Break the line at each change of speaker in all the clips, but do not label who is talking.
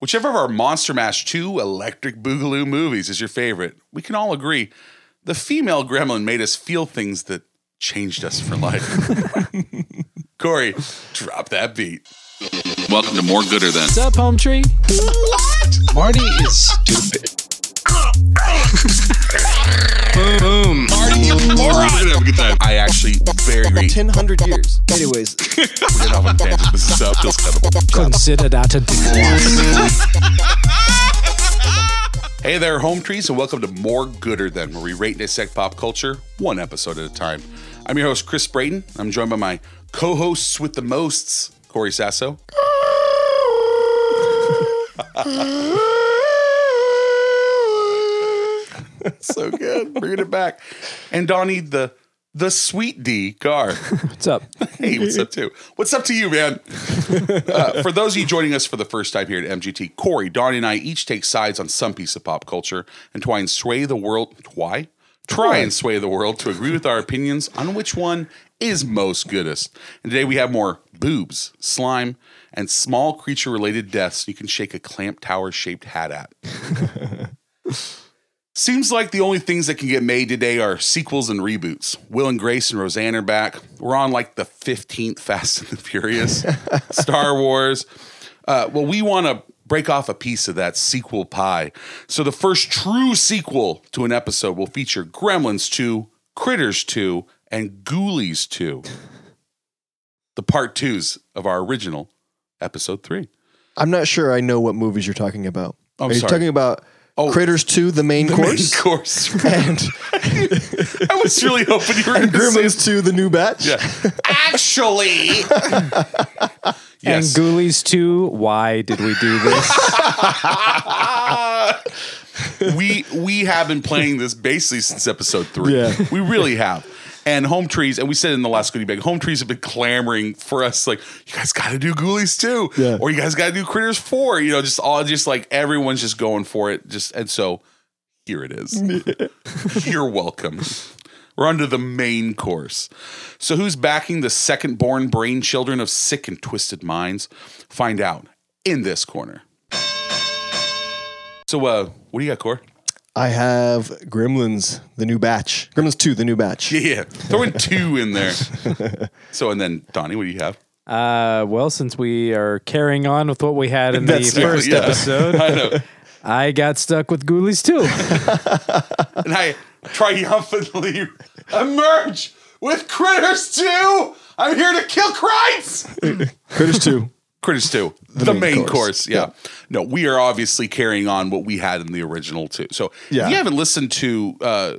Whichever of our Monster Mash 2 Electric Boogaloo movies is your favorite, we can all agree the female gremlin made us feel things that changed us for life. Corey, drop that beat.
Welcome to More Gooder Than.
What's up, palm tree?
Marty is stupid. boom, boom.
Good time.
I actually very agree.
1000 years. Anyways,
We're off on a tangent. This is up. Feels good.
Consider that a divorce.
Hey there, home trees, and welcome to More Gooder Than, where we rate and dissect pop culture one episode at a time. I'm your host, Chris Brayton. I'm joined by my co hosts with the mosts, Corey Sasso. so good. Bringing it back. And Donnie, the the sweet D Gar.
What's up?
Hey, what's up too? What's up to you, man? Uh, for those of you joining us for the first time here at MGT, Corey, Donnie, and I each take sides on some piece of pop culture and try and sway the world. Why? Try and sway the world to agree with our opinions on which one is most goodest. And today we have more boobs, slime, and small creature related deaths you can shake a clamp tower shaped hat at. Seems like the only things that can get made today are sequels and reboots. Will and Grace and Roseanne are back. We're on like the 15th Fast and the Furious, Star Wars. Uh, well, we want to break off a piece of that sequel pie. So the first true sequel to an episode will feature Gremlins 2, Critters 2, and Ghoulies 2. The part twos of our original episode three.
I'm not sure I know what movies you're talking about.
I'm
Are you
sorry.
talking about
Oh.
Critters 2, the main course?
Main course.
and
I was really hoping you were going
and
to say
Gremlins 2, the new batch?
Yeah. Actually. yes.
And Ghoulies 2, why did we do this?
we we have been playing this basically since episode three.
Yeah.
We really have. And Home Trees, and we said in the last goodie bag, Home Trees have been clamoring for us, like, you guys gotta do Ghoulies too.
Yeah.
Or you guys gotta do Critters 4. You know, just all just like everyone's just going for it. Just and so here it is. You're welcome. We're under the main course. So, who's backing the second born brain children of sick and twisted minds? Find out in this corner. So, uh, what do you got, Core?
I have Gremlins, the new batch. Gremlins 2, the new batch.
Yeah, yeah. throwing two in there. So, and then Donnie, what do you have?
Uh, well, since we are carrying on with what we had in the
That's right,
first
yeah.
episode,
I know,
I got stuck with Ghoulies 2.
and I triumphantly emerge with Critters Two. I'm here to kill Christ.
Critters 2.
Critters 2, the, main,
main
course.
course.
Yeah. No, we are obviously carrying on what we had in the original, too. So
Yeah.
if you haven't listened to uh,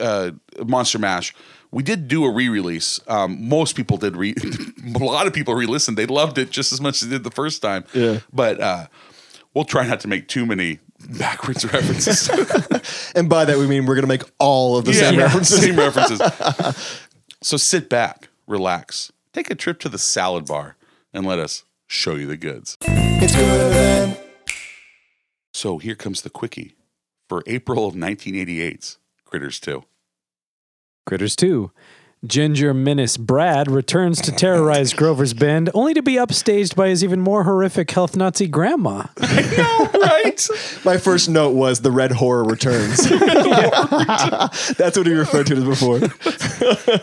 uh, Monster Mash, we did do a re release. Um, most people did, re- a lot of people re listened. They loved it just as much as they did the first time.
Yeah.
But uh, we'll try not to make too many backwards references.
And by that, we mean we're going to make all of the same
Yeah.
references.
Same references. so sit back, relax, take a trip to the salad bar, and let us show you the goods. So here comes the quickie for April of 1988's Critters 2.
Critters 2. Ginger Menace Brad returns to terrorize Grover's Bend, only to be upstaged by his even more horrific health Nazi grandma.
I know, right?
My first note was the red horror returns. That's what he referred to it as before.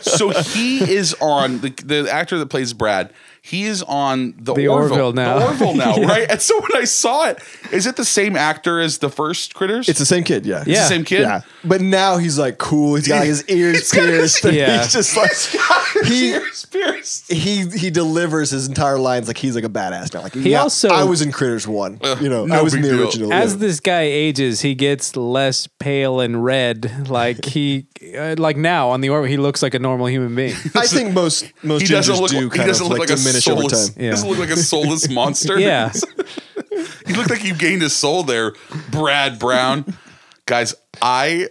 so he is on the, the actor that plays Brad. He is on the,
The
Orville,
Orville now.
The Orville now, right? And so when I saw it, is it the same actor as the first Critters?
It's the same kid, yeah.
It's
Yeah.
the same kid.
Yeah. But now he's like cool. He's got his ears
got his-
pierced. and
Yeah.
He's just like he
Ears pierced.
he he delivers his entire lines like he's like a badass now. Like
He
yeah,
also-
I was in Critters One. you know,
no
I was in
big
the
deal.
original.
As
yeah.
this guy ages, he gets less pale and red. Like he, uh, like now on the orbit, he looks like a normal human being.
I think most most
he
gingers
doesn't look.
do
he
kind
doesn't
of
look
like,
like, a
diminish over
soulless.
time.
He doesn't
Yeah.
look like a soulless monster.
Yeah.
he looked like he gained his soul there, Brad Brown. Guys, I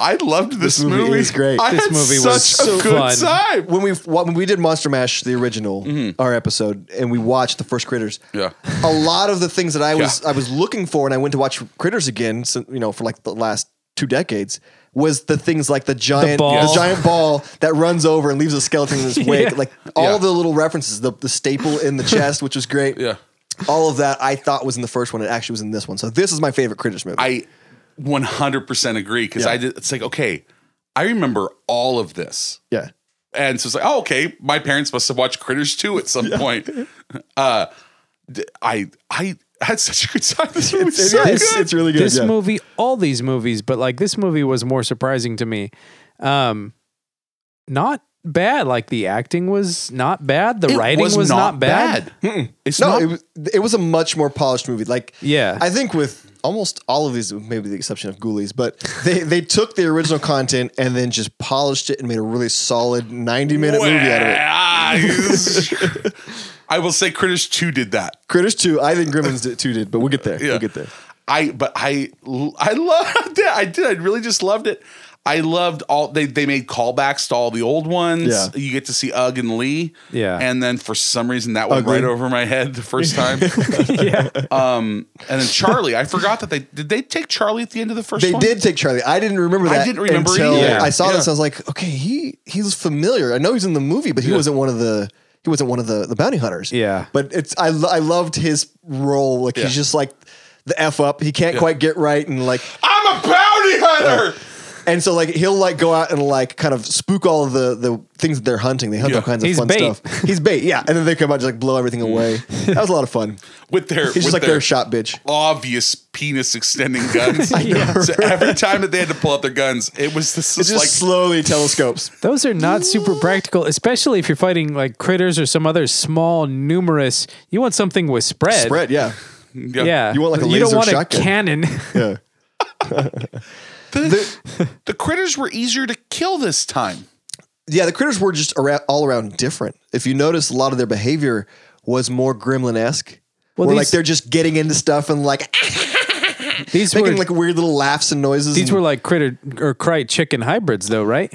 I loved this,
movie
movie.
is great.
I
This
had
movie
such
was so
a good
fun.
time.
When we when we did Monster Mash the original our episode and we watched the first Critters,
Mm-hmm. Yeah.
a lot of the things that I was
Yeah.
I was looking for when I went to watch Critters again, so, you know, for like the last two decades, was the things like the giant the,
ball.
giant ball that runs over and leaves a skeleton in his wake, like all
Yeah.
the little references, the the staple in the chest, which was great.
Yeah.
all of that I thought was in the first one. It actually was in this one. So this is my favorite Critters movie.
I 100% agree because
Yeah.
I did, it's like, okay, I remember all of this.
yeah.
And so it's like, oh, okay, my parents must have watched Critters 2 at some point. Uh, d- I, I had such a good time. This movie was so
it's,
good.
it's really good.
this
yeah.
movie, all these movies, but like this movie was more surprising to me. Um, not bad. Like the acting was not bad. The
It
writing was, not, bad.
It's
No,
not
it was it was a much more polished movie. Like
Yeah.
I think with almost all of these, maybe the exception of Ghoulies, but they they took the original content and then just polished it and made a really solid ninety minute movie out of it.
it. I will say Critters 2 did that.
Critters two, I think Gremlins did, two did, but we'll get there.
Yeah.
We'll get there.
I but I I loved it. I did. I really just loved it. I loved all they they made callbacks to all the old ones.
Yeah.
You get to see Ugg and Lee.
Yeah.
And then for some reason that went
Ugly.
right over my head the first time.
yeah.
um and then Charlie. I forgot that they did they take Charlie at the end of the first
They
one?
did take Charlie. I didn't remember
I
that.
didn't remember
until
either.
I saw this.
Yeah.
I was like, okay, he he's familiar. I know he's in the movie, but he wasn't one of the he wasn't one of the the bounty hunters.
Yeah.
but it's I lo- I loved his role. Like
Yeah.
he's just like the f up. He can't quite get right, and like
I'm a bounty hunter.
and so like he'll like go out and like kind of spook all of the the things that they're hunting. They hunt
Yeah.
all kinds of
He's
fun
bait.
stuff. He's bait, yeah. And then they come out and just like blow everything away. that was a lot of fun.
With their
He's
with
just like
their,
their shot bitch.
obvious penis extending guns. So every time that they had to pull out their guns, it was this
It
is
just
like
slowly telescopes.
Those are not super practical, especially if you're fighting like critters or some other small, numerous. You want something with spread.
Spread, yeah.
Yeah.
You want, like, a
You don't
laser
want
shotgun.
a cannon.
Yeah.
The, the critters were easier to kill this time.
yeah, the critters were just around, all around different. If you notice, a lot of their behavior was more gremlin esque.
Well,
where
these-
like they're just getting into stuff and like
These were
making like weird little laughs and noises.
these
Mm.
and
were like critter or cried chicken hybrids, though, right?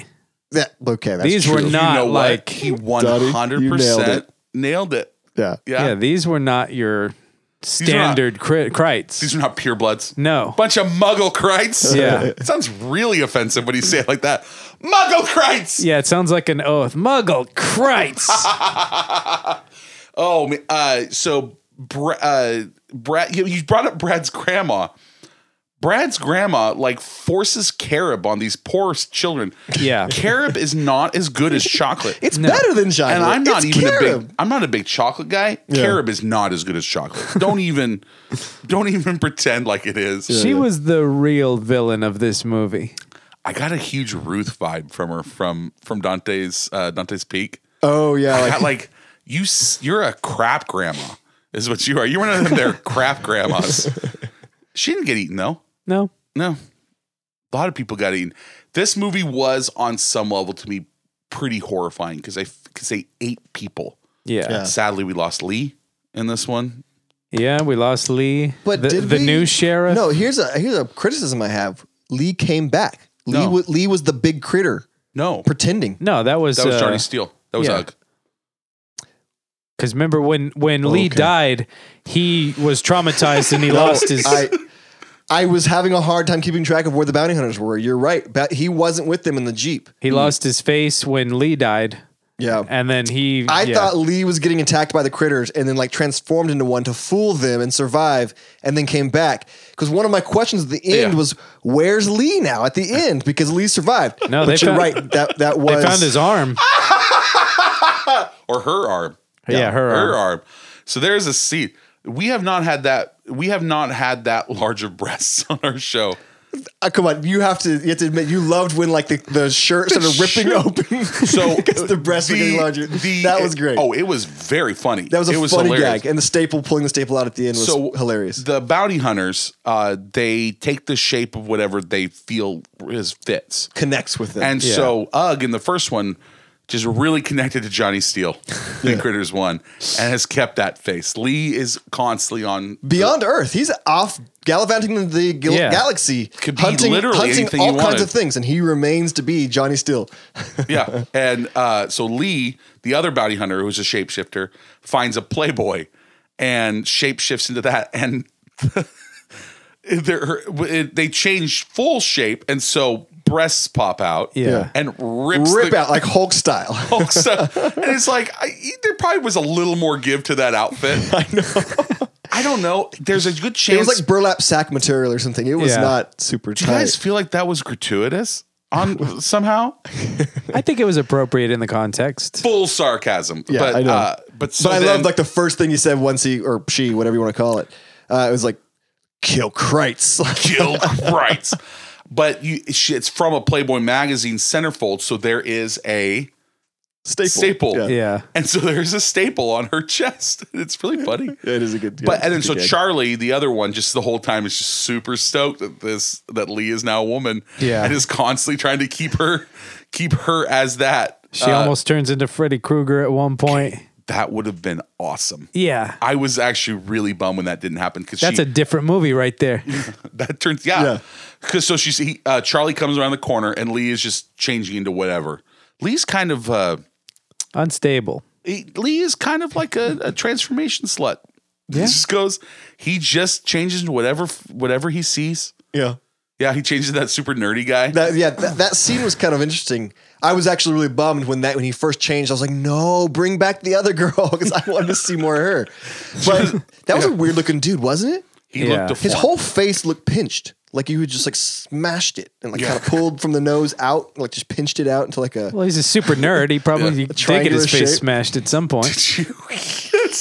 that okay. That's
these
true.
were not
you know
like
what? He one hundred percent nailed it.
yeah.
Yeah.
yeah. These were not your standard cri- crites.
these are not purebloods.
no.
bunch of Muggle crites.
Yeah.
it sounds really offensive when you say it like that. Muggle crites.
Yeah, it sounds like an oath. Muggle Crites.
Oh, man. uh, so Br- uh, Brad, you, you brought up Brad's grandma. Brad's grandma like forces carob on these poor children.
Yeah.
carob is not as good as chocolate.
It's better than chocolate.
and I'm not
It's
even a
carob.
big I'm not a big chocolate guy. Carob is not as good as chocolate. Don't even don't even pretend like it is.
she was the real villain of this movie.
I got a huge Ruth vibe from her from from Dante's uh, Dante's Peak.
Oh yeah,
I
like,
got like you s- you're a crap grandma is what you are. You're one of them there crap grandmas. She didn't get eaten though.
No.
No. A lot of people got eaten. This movie was on some level to me pretty horrifying because I because they ate people.
Yeah.
Yeah.
Yeah,
Sadly, we lost Lee in this one.
we lost Lee.
But
the,
did
the
we-
new sheriff.
no. Here's a here's a criticism I have. Lee came back. Lee
No.
wa- Lee was the big critter
No,
pretending.
No, that was
That was
uh,
Johnny Steele. That was
yeah.
Ugg.
Because remember when when Lee
Oh, okay.
died, he was traumatized and he lost his.
I I was having a hard time keeping track of where the bounty hunters were. You're right. Ba- he wasn't with them in the jeep.
he lost his face when Lee died,
Yeah.
and then he.
I
yeah.
thought Lee was getting attacked by the critters and then like transformed into one to fool them and survive and then came back. Because one of my questions at the end
Yeah.
was, where's Lee now at the end? Because Lee survived.
No,
but
they found-
you're right. That that
they
was
found his arm.
or her arm.
yeah, her,
Her
arm.
arm. So there's a seat. We have not had that. We have not had that large of breasts on our show.
Uh, come on, you have to you have to admit you loved when like the, the shirt started ripping open.
So
because the breasts were getting larger.
the-
that was great.
Oh, it was very funny.
that was a
it
funny
hilarious.
gag. And the staple pulling the staple out at the end was hilarious.
The bounty hunters, uh, they take the shape of whatever they feel is fits.
Connects with them.
And so Ugg in the first one just really connected to Johnny Steele in Critters One and has kept that face. Lee is constantly on
Beyond Earth, he's off gallivanting the gal-
Yeah.
galaxy,
Could be
hunting,
literally
hunting
anything
all
you
kinds
wanted.
of things, and he remains to be Johnny Steele.
yeah. And uh, so Lee, the other bounty hunter who's a shapeshifter, finds a Playboy and shapeshifts into that. And they're, it, they change full shape. And so breasts pop out
Yeah.
and rips
Rip
the
out like Hulk style.
Hulk stuff. And it's like, I, there probably was a little more give to that outfit. I know. I don't know. There's a good
It
chance.
was like burlap sack material or something. It was
Yeah.
not super
Do you guys
tight.
feel like that was gratuitous on somehow?
I think it was appropriate in the context.
Full sarcasm.
Yeah,
but
I know.
uh but so
but I
then-
loved like the first thing you said once he or she, whatever you want to call it. Uh, it was like kill Kreitz.
kill Christ. But you, she- it's from a Playboy magazine centerfold, so there is a
staple.
Staple.
Yeah.
Yeah.
and so there's a staple on her chest. It's really funny.
Yeah, It is a good. yeah,
But and then
it's a
so
good gag.
Charlie, the other one, just the whole time is just super stoked that this that Lee is now a woman.
Yeah.
and is constantly trying to keep her keep her as that.
She
Uh,
almost turns into Freddy Krueger at one point.
that would have been awesome.
Yeah.
I was actually really bummed when that didn't happen because
That's
she,
a different movie right there.
that turns yeah
Yeah.
because so she's he, uh, Charlie comes around the corner and Lee is just changing into whatever. Lee's kind of uh,
Unstable.
he- Lee is kind of like a, a transformation slut. He
Yeah.
just goes. He just changes into whatever whatever he sees.
yeah.
Yeah, he changes to that super nerdy guy.
That, yeah, that, that scene was kind of interesting. I was actually really bummed when that when he first changed. I was like, "No, bring back the other girl because I wanted to see more of her." But that was a weird looking dude, wasn't it?
he
Yeah.
looked
His
deformed.
whole face looked pinched, like you had just like smashed it and like
Yeah.
kind of pulled from the nose out, like just pinched it out into like a.
Well, he's a super nerd. He probably
Yeah.
did get his
Triangular
face
shape.
smashed at some point.
It's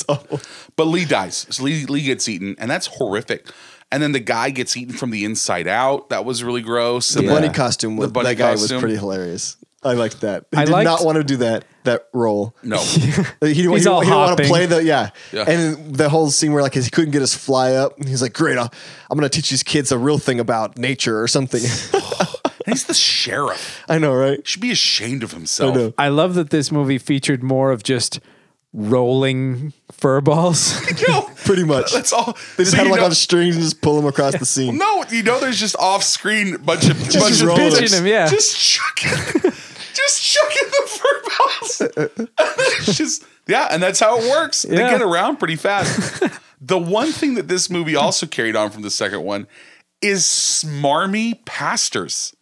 circle. But Lee dies. So Lee, Lee gets eaten, and that's horrific. And then the guy gets eaten from the inside out. That was really gross.
The
And
bunny
then-
costume, was,
The bunny
that guy
costume.
was pretty hilarious. I liked that. He
I
did
liked-
not want to do that that role.
No.
He didn't,
He's
he,
all
he didn't want to
hopping.
play the yeah.
Yeah.
and the whole scene where like he couldn't get his fly up. and He's like, "Great, I'll, I'm going to teach these kids a real thing about nature or something."
And he's the sheriff.
I know, right?
Should be ashamed of himself.
know.
I love that this movie featured more of just rolling fur balls.
No,
Pretty much.
That's all.
They just
So
had
you
him like
know-
on strings and just pull him across the scene.
No, you know, there's just off screen bunch of bunch of
rolling.
bitches
Pitching 'em, yeah.
just chucking, just chucking the fur balls. And it's just yeah, and that's how it works. They
Yeah.
get around pretty fast. the one thing that this movie also carried on from the second one is smarmy pastors.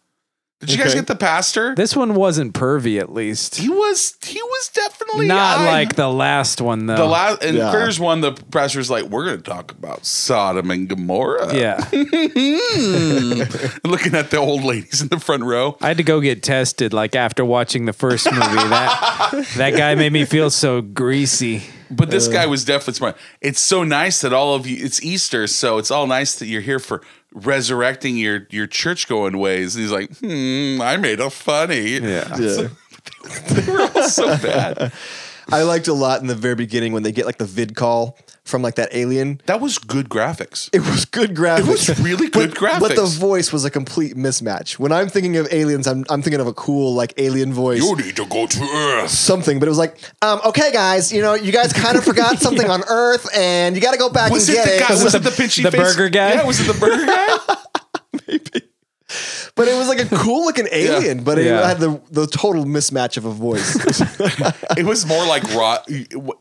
Did you guys
Okay.
get the pastor?
this one wasn't pervy, at least.
he was he was definitely
Not
I-
like the last one, though.
the last and
Yeah.
Critters one. The pastor's like, we're going to talk about Sodom and Gomorrah.
Yeah.
looking at the old ladies in the front row.
I had to go get tested like after watching the first movie. That that guy made me feel so greasy.
But this
Uh.
guy was definitely smart. It's so nice that all of you. It's Easter, so it's all nice that you're here for resurrecting your your church going ways. And he's like, hmm, I made a funny.
Yeah.
Yeah.
they were all so bad.
I liked a lot in the very beginning when they get like the vid call from like that alien.
That was good graphics.
It was good graphics. It
was really good
but, But the
graphics.
voice was a complete mismatch. When I'm thinking of aliens, I'm, I'm thinking of a cool like alien voice.
need to go to Earth.
something, but it was like, um, okay, guys, you know, you guys kind of forgot something on Earth, and you got to go back
Was
and
it
get
the
it.
guy? Was, it the pinchy
the
face?
burger guy?
Yeah, was it the burger guy?
But it was like a cool looking alien, but it
Yeah.
had the the total mismatch of a voice.
it was more like Ro-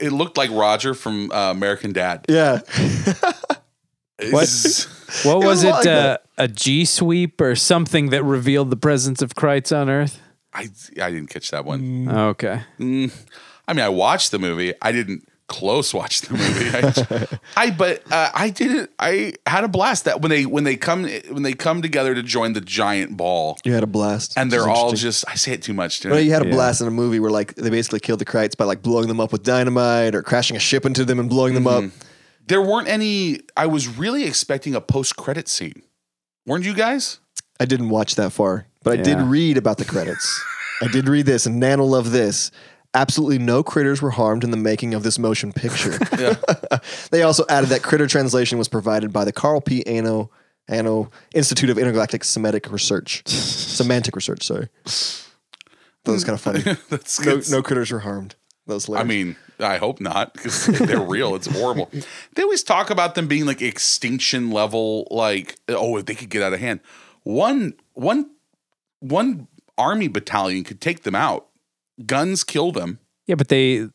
It looked like Roger from uh, American Dad.
yeah,
What?
It's-
What was
was
it?
like
uh,
that.
a G sweep or something that revealed the presence of Kreitz on Earth? Oh,
I I didn't catch that one.
Okay.
I mean, I watched the movie. I didn't close watch the movie. I, I but uh, I didn't. I had a blast that when they when they come when they come together to join the giant ball,
you had a blast,
and they're
Which is
all
interesting.
just. I say it too much. do
You, know, you had a
Yeah.
blast in a movie where like they basically killed the Kreitz by like blowing them up with dynamite or crashing a ship into them and blowing them
Mm-hmm.
up.
there weren't any. I was really expecting a post credit scene. Weren't you guys?
I didn't watch that far, but I did
Yeah.
read about the credits. I did read this, and Nan will love this. Absolutely no critters were harmed in the making of this motion picture. they also added that critter translation was provided by the Carl P. Ano, Ano Institute of Intergalactic Semitic Research. Semantic Research, sorry. That was kind of funny.
That's
No,
it's-
no critters were harmed. That was
I
hilarious.
mean, I hope not because they're real. It's horrible. They always talk about them being like extinction level, like oh, if they could get out of hand, one one one army battalion could take them out. Guns kill them.
Yeah, but they,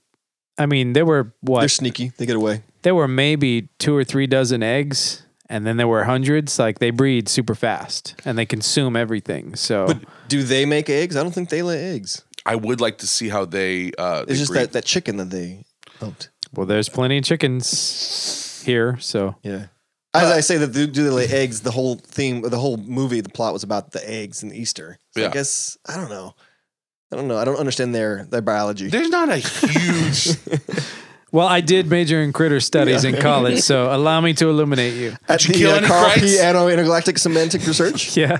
I mean, there were
they're
what?
sneaky. They get away.
there were maybe two or three dozen eggs, and then there were hundreds. Like they breed super fast and they consume everything. So
But do they make eggs? I don't think they lay eggs.
I would like to see how they. Uh, they
It's just
breed.
that, that chicken that they humped.
Well, there's plenty of chickens here, so
Yeah. As I say that do, do they lay eggs? The whole theme, the whole movie, the plot was about the eggs and Easter. So
Yeah.
I guess I don't know. I don't know. I don't understand their their biology.
There's not a huge
Well, I did major in critter studies in college, so allow me to illuminate you.
At uh,
you kill any
Carl
Christ?
P. Anno Intergalactic Semantic Research.
Yeah.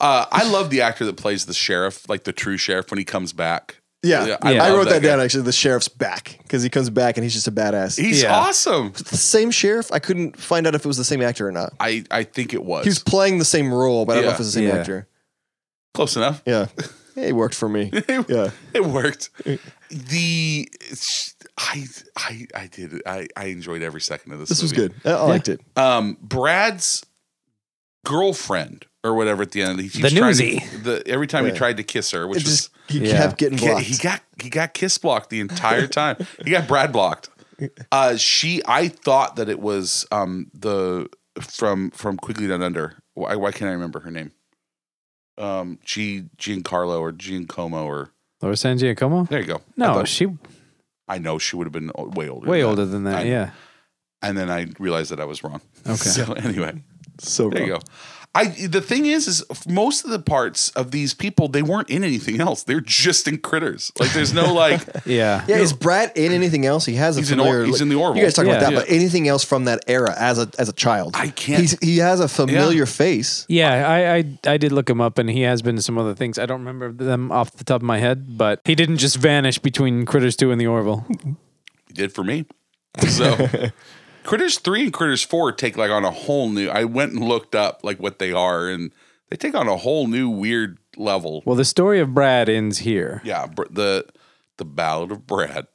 Uh, I love the actor that plays the sheriff, like the true sheriff, when he comes back.
Yeah, I,
Yeah.
I
love
wrote that,
guy.
down actually. The sheriff's back because he comes back and he's just a badass.
He's
Yeah.
awesome.
the same sheriff. I couldn't find out if it was the same actor or not.
I, I think it was.
He's playing the same role, but I don't know
Yeah.
if it's the same
Yeah.
actor.
close enough.
Yeah, it worked for me. Yeah,
It worked.
Eh.
The it's- I I I did it. I I enjoyed every second of this.
this was
movie.
good. I, I liked it.
Um, Brad's girlfriend or whatever at the end. He keeps
The
trying to-
newsie.
the every time
Yeah.
he tried to kiss her, which
It just he
Yeah.
kept getting
was he-
blocked.
he got he got kiss blocked the entire time. he got Brad blocked. Uh, she I thought that it was um the from from Quigley Down Under. Why, why can't I remember her name? Um, G Giancarlo or Giancomo or
Laura San Giacomo?
there you go. I
No,
thought-
she
I know she would have been o- way older.
way
than that.
older than that.
I-
yeah.
And then I realized that I was wrong.
Okay.
So anyway,
so
there you go. I the thing is, is most of the parts of these people they weren't in anything else. They're just in critters. Like there's no like
Yeah.
Yeah, is Brad in anything else? He has a
He's in Or-
familiar.
he's in the Orville.
You guys talk about
Yeah.
that, but anything else from that era as a as a child?
I can't-
He's, he has a familiar face.
Yeah, I, I I did look him up, and he has been in some other things. I don't remember them off the top of my head, but he didn't just vanish between Critters Two and the Orville.
it did for me. So Critters 3 and Critters 4 take like on a whole new I went and looked up like what they are and they take on a whole new weird level.
Well, the story of Brad ends here.
Yeah, br- the the Ballad of Brad.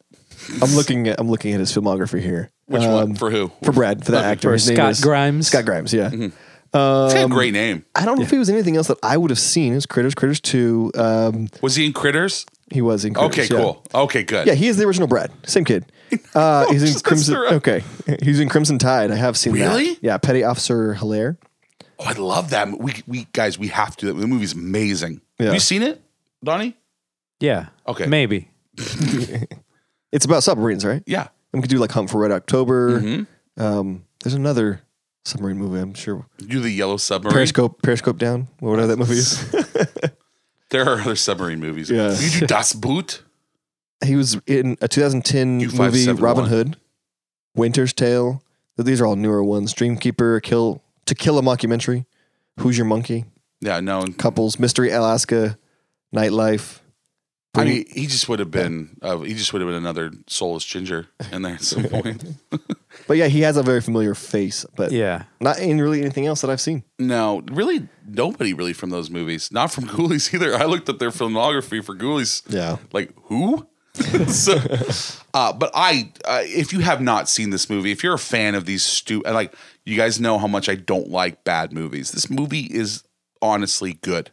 I'm looking at I'm looking at his filmography here.
Which
Um,
one for who?
For Brad, for that actor.
Or
His name
Scott
is-
Grimes.
Scott Grimes, yeah.
Mm-hmm. It's got a great name.
I don't know if he was anything else that I would have seen. His Critters, Critters 2. Um,
Was he in Critters?
he was in Critters.
Okay,
yeah.
cool. Okay, good.
Yeah, he is the original Brad. Same kid. Uh, he's in
just
Crimson.
messed her up.
Okay, he's in Crimson Tide. I have seen that.
Really?
Yeah, Petty Officer Hilaire.
Oh, I love that. mo- We we guys, we have to. The movie's amazing.
Yeah.
Have you seen it, Donnie?
Yeah.
Okay.
Maybe.
It's about submarines, right?
Yeah.
And we could do like Hunt for Red October.
Mhm.
Um, there's another submarine movie. I'm sure
You the Yellow Submarine.
Periscope, Periscope Down, or whatever that movie is.
There are other submarine movies.
Yeah.
You do Das Boot.
he was in a 2010 movie,
U571.
Robin Hood, Winter's Tale. These are all newer ones. Dreamkeeper, Kill To Kill a Mockumentary, Who's Your Monkey,
Yeah, no. and-
Couples, Mystery Alaska, Nightlife.
I mean, he just would have been. Uh, he just would have been another soulless ginger in there at some point.
But yeah, he has a very familiar face, but
Yeah.
not in really anything else that I've seen.
no, really, nobody really from those movies. Not from Ghoulies either. I looked up their filmography for Ghoulies.
Yeah.
like who? so, uh, but I, uh, if you have not seen this movie, if you're a fan of these stupid, like you guys know how much I don't like bad movies. This movie is honestly good.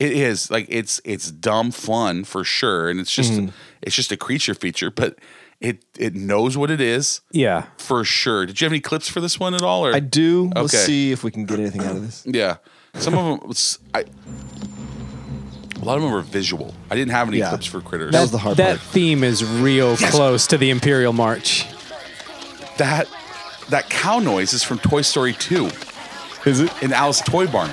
It is like it's it's dumb fun for sure, and it's just
Mm-hmm.
it's just a creature feature, but it it knows what it is
Yeah.
for sure. Did you have any clips for this one at all? Or
I do. Let's
Okay.
see if we can get anything out of this.
yeah, some of them. Was, I, a lot of them were visual. I didn't have any
Yeah.
clips for critters.
That was the hard
That
part.
theme is real close to the Imperial March.
That that cow noise is from Toy Story 2
Is it?
in Al's Toy Barn.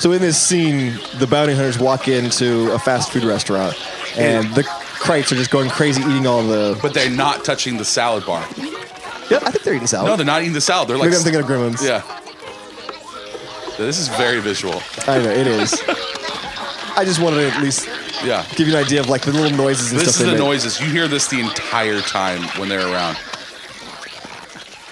So in this scene, the bounty hunters walk into a fast food restaurant, and the Krites are just going crazy eating all the.
But they're not touching the salad bar.
Yep, I think they're eating salad.
No, they're not eating the salad. They're like
Maybe I'm thinking of Gremlins.
Yeah. This is very visual.
I know it is. I just wanted to at least
Yeah.
give you an idea of like the little noises and
This is
stuff. they
the
make.
noises. You hear this the entire time when they're around.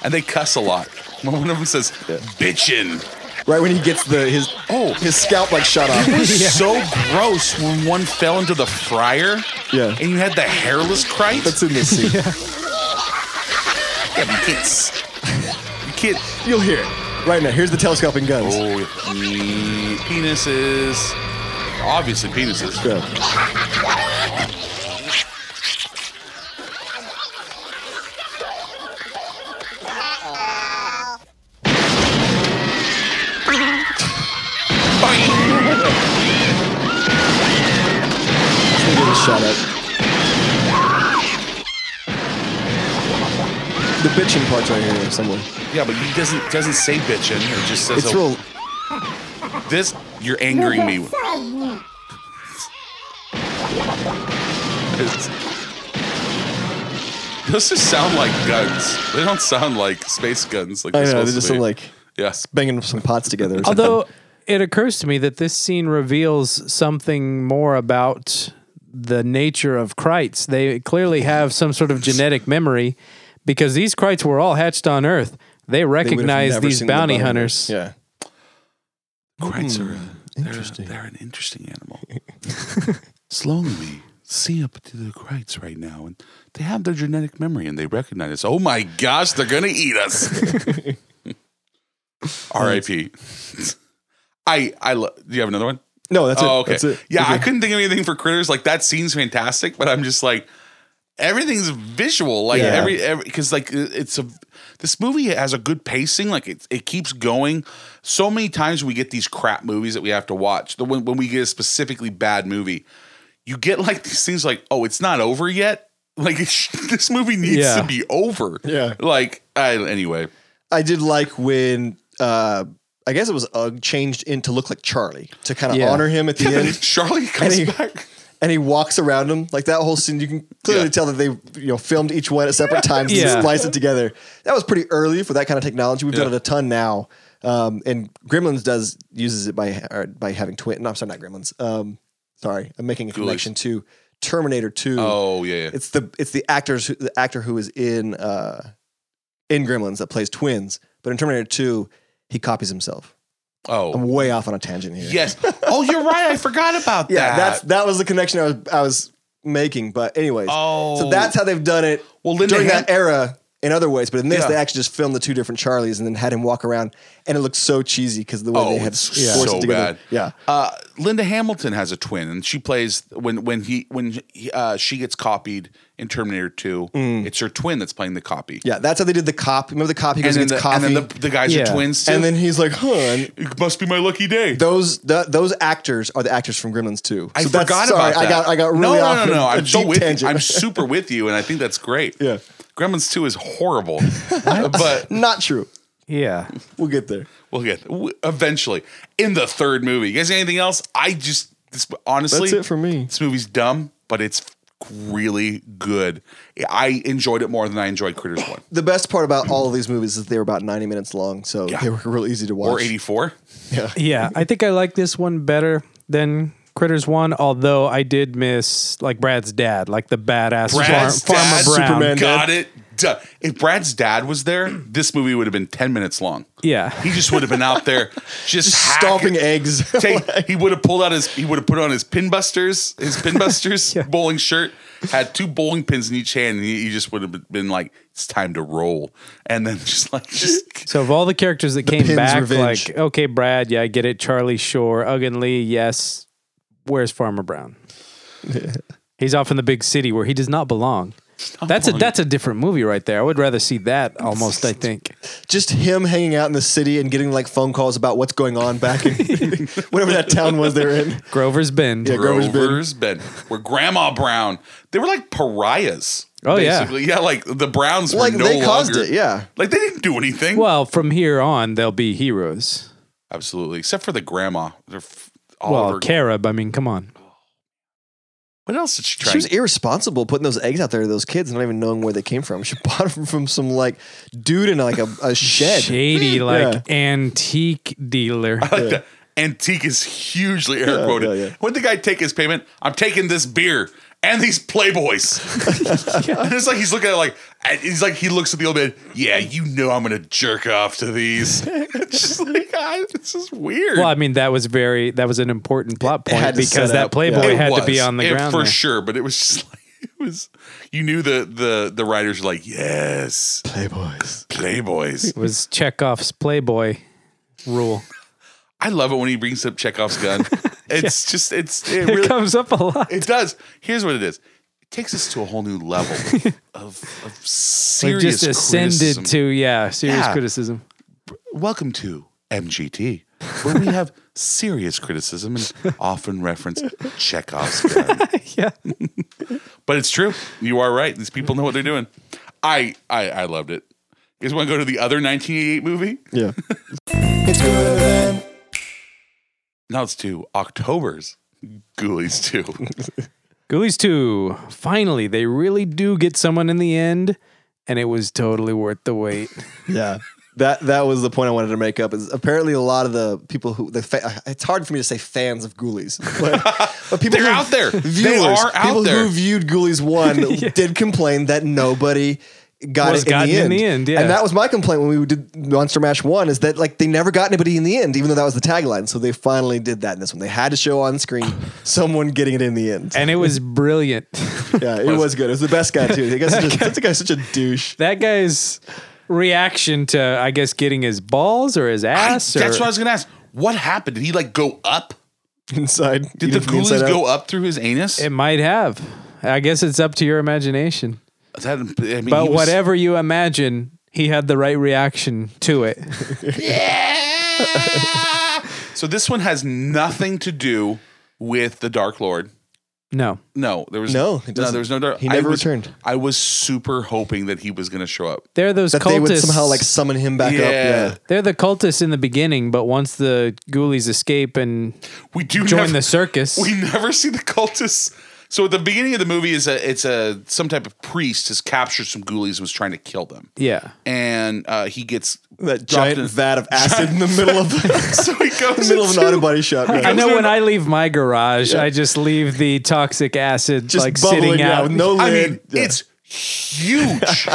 And they cuss a lot. One of them says, bitchin'.
Right when he gets the his
Oh.
his scalp like shot off.
It was so gross when one fell into the fryer.
Yeah.
And you had the hairless crite.
That's in this scene.
yeah, but you can't. s- You can't.
You'll hear it right now. Here's the telescoping guns.
Oh, yeah. penises. Obviously, penises.
Yeah. Just gonna give it a shot at. The bitching part's right here somewhere.
Yeah, but he doesn't doesn't say bitchin'. It just says
It's
oh,
real.
this. You're angering me. It's- Those just sound like guns. They don't sound like space guns. Like
I
they're
know. They
supposed
just
to be.
sound like
yes.
banging some pots together. Or something.
Although it occurs to me that this scene reveals something more about the nature of Krites. They clearly have some sort of genetic memory because these Krites were all hatched on Earth. They
They would've
recognize
never
these
seen the
bounty hunters.
Yeah.
Krites are a, they're,
interesting.
they're an interesting animal. Slowly see up to the Krites right now, and they have their genetic memory and they recognize us. Oh my gosh, they're gonna eat us. R.I.P. I I love. Do you have another one?
No, that's
oh,
it.
okay.
That's it.
Yeah, I
Okay.
couldn't think of anything for critters. Like that scene's fantastic, but I'm just like everything's visual. Like
Yeah.
every every because like it- it's a this movie has a good pacing. Like it it keeps going. So many times we get these crap movies that we have to watch. The when when we get a specifically bad movie, you get like these things like oh it's not over yet. Like this movie needs
Yeah.
to be over.
Yeah.
Like I, anyway.
I did like when uh I guess it was Ugg changed in to look like Charlie to kind of
Yeah.
honor him at the end.
Charlie comes
Any-
back.
and he walks around him like that whole scene. You can clearly
Yeah.
tell that they you know filmed each one at separate times and
Yeah.
spliced it together. That was pretty early for that kind of technology. We've done
Yeah.
it a ton now, um, and Gremlins does uses it by or by having twin. No, I'm sorry, not Gremlins. Um, sorry, I'm making a connection to Terminator Two.
Oh yeah. yeah.
It's the it's the actors who- the actor who is in uh, in Gremlins that plays twins, but in Terminator Two, he copies himself.
oh.
I'm way off on a tangent here.
Yes. Oh, you're right. I forgot about
yeah,
that.
that's that was the connection I was I was making. But anyways,
oh.
so that's how they've done it
well, Linda
during
Ham-
that era in other ways. But in this,
Yeah.
they actually just filmed the two different Charlies and then had him walk around, and it looked so cheesy because the way
Oh,
they had
it's
forced
so
it together.
bad.
Yeah,
uh, Linda Hamilton has a twin, and she plays when when he when he, uh, she gets copied in Terminator Two. It's her twin that's playing the copy.
yeah, that's how they did the cop. Remember the cop? He
And
goes
then,
and
the,
gets coffee,
and then the, the guys
Yeah.
are twins too.
and then he's like, "Huh." and
it must be my lucky day.
those the, those actors are the actors from Gremlins too.
I
So that's-
forgot
sorry,
about that.
I got I got really
no, no,
off
no, no,
in
no.
a
I'm so
deep
with. You.
tangent.
I'm super with you, and I think that's great.
Yeah.
Gremlins Two is horrible, but
not true.
Yeah.
We'll get there.
We'll get w- eventually in the third movie. You guys got anything else? I just this, honestly,
That's it for me.
This movie's dumb, but it's really good. I enjoyed it more than I enjoyed Critters One
The best part about all of these movies is they were about 90 minutes long, so
Yeah.
they were real easy to watch.
or eighty four.
Yeah. I think I like this one better than Critters 1, although I did miss like Brad's dad, like the badass
Brad's
farm,
dad,
Farmer Brown.
Superman.
Got it. Duh. If Brad's dad was there, this movie would have been ten minutes long.
Yeah.
He just would have been out there just,
Stomping
hacking-
eggs.
Take, he would have pulled out his. He would have put on his pinbusters, his pinbusters bowling shirt. Had two bowling pins in each hand, and he, he just would have been like, "It's time to roll." And then just like, just
So of all the characters that
Pin's
came back,
Revenge.
like okay, Brad, yeah, I get it. Charlie Shore, Ugg and Lee, yes. Where's Farmer Brown? He's off in the big city where he does not belong. That's a that's a different movie right there. I would rather see that almost. I think.
just him hanging out in the city and getting like phone calls about what's going on back in whatever that town was they're in.
Grover's Bend.
Yeah, Grover's Bend.
Grover's Bend, where Grandma Brown. They were like pariahs.
Oh, yeah.
basically. yeah, like the Browns. Were
Like
no
they caused
longer-
it, yeah.
like they didn't do anything.
Well, from here on, they'll be heroes.
Absolutely, except for the Grandma. They're f-
Well,
Oliver.
Carib. I mean, come on.
what else did she try?
She was irresponsible putting those eggs out there to those kids, not even knowing where they came from. She bought them from some like dude in like a, a shed.
Shady, like
Yeah.
antique dealer.
Like the antique is hugely air quoted.
yeah, yeah.
When the guy take his payment, I'm taking this beer and these playboys. and it's like he's looking at it like and he's like he looks at the old man. Yeah, you know I'm gonna jerk off to these. it's just like I, this is weird.
Well, I mean, that was very that was an important plot
had
point
to set
because that
up,
Playboy
yeah.
It
had to
was.
be on the
It-
ground
for
there.
sure. But it was just like it was. You knew the the the writers were like yes,
Playboys.
playboys.
was Chekhov's Playboy rule.
I love it when he brings up Chekhov's gun. It's just it's it
It
really
comes up a lot.
It does. Here's what it is. It takes us to a whole new level of, of
We've
serious
just ascended
criticism.
to yeah, serious
Yeah.
criticism.
Welcome to MGT, where we have serious criticism and often reference Chekhov's gun.
Yeah.
but it's true. You are right. These people know what they're doing. I I, I loved it. You guys want to go to the other 1988 movie?
Yeah.
Now it's to October's Ghoulies 2.
Ghoulies 2. Finally, they really do get someone in the end, and it was totally worth the wait.
Yeah. That that was the point I wanted to make up. Is apparently a lot of the people who the fa- it's hard for me to say fans of Ghoulies, but, but people
They're
who-
out there. They
Viewers,
are out
people
there.
who viewed Ghoulies one did complain that nobody got
Was
it in
gotten
the
in
end.
the end, yeah.
And that was my complaint when we did Monster Mash one is that like they never got anybody in the end, even though that was the tagline. So they finally did that in this one. They had to show on screen someone getting it in the end.
And it was brilliant.
Yeah, it was good. It was the best guy too. That guy's such a, that guy's such a douche.
that guy's reaction to, I guess, getting his balls or his
I-
ass.
that's
or,
what I was gonna ask. What happened? Did he like go up?
Inside,
Did the ghoulies go up through his anus?
It might have. I guess it's up to your imagination.
That- I mean,
But
he was-
whatever you imagine, he had the right reaction to it.
So this one has nothing to do with the Dark Lord.
No.
No, there was
No, it
no,
doesn't.
there was no Dark.
He never
I was,
returned.
I was super hoping that he was gonna show up.
They're those
that
cultists.
they would somehow like summon him back up. Yeah.
Yeah.
They're the cultists in the beginning, but once the ghoulies escape and
We do
join
never-
the circus,
We never see the cultists. So at the beginning of the movie is a it's a some type of priest has captured some ghoulies and was trying to kill them.
yeah,
And uh, he gets
That
dropped
giant
in-
vat of acid in the middle of the
So he goes
middle of an
into-
auto body shop. yeah.
I know
there
when
no-
I leave my garage, I just leave the toxic acid
Just
like
bubbling
sitting
yeah,
out.
with no
I
lid.
mean,
yeah.
it's huge.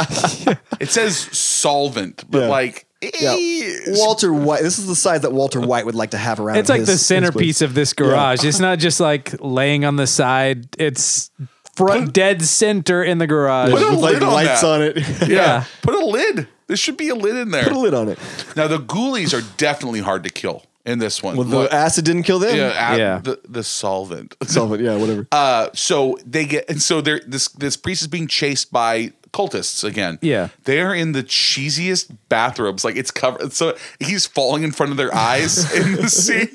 it says solvent, but
Yeah.
like,
Yeah.
eh,
Walter White. This is the size that Walter White would like to have around.
it's like
his-
the
his
centerpiece of this garage. It's not just like laying on the side. It's front dead center in the garage.
place.
Put a
with like
lid on
lights
that.
on it. Put
yeah.
yeah.
Put a lid. There should be a lid in there.
a lid on it.
Now the ghoulies are definitely hard to kill in this one.
Well, the
Look,
acid didn't kill them.
yeah,
Yeah.
at-
Yeah.
The, the solvent.
Solvent. Yeah, whatever.
Uh, so they get, and so they're this this priest is being chased by cultists again.
Yeah.
they are in the cheesiest bathrobes, like it's covered. So he's falling in front of their eyes in the scene,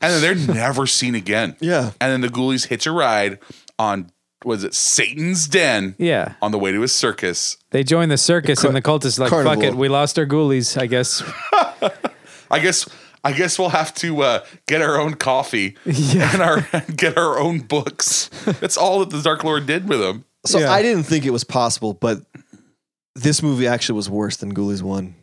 and then they're never seen again.
Yeah.
and then the ghoulies hitch a ride on was it Satan's Den?
Yeah.
on the way to his circus.
They join the circus, and the cultists like,
carnival.
"Fuck it, we lost our ghoulies. I guess
I guess I guess we'll have to uh, get our own coffee and our get our own books. That's all that the Dark Lord did with them.
So
yeah.
I didn't think it was possible, but this movie actually was worse than Ghoulies One.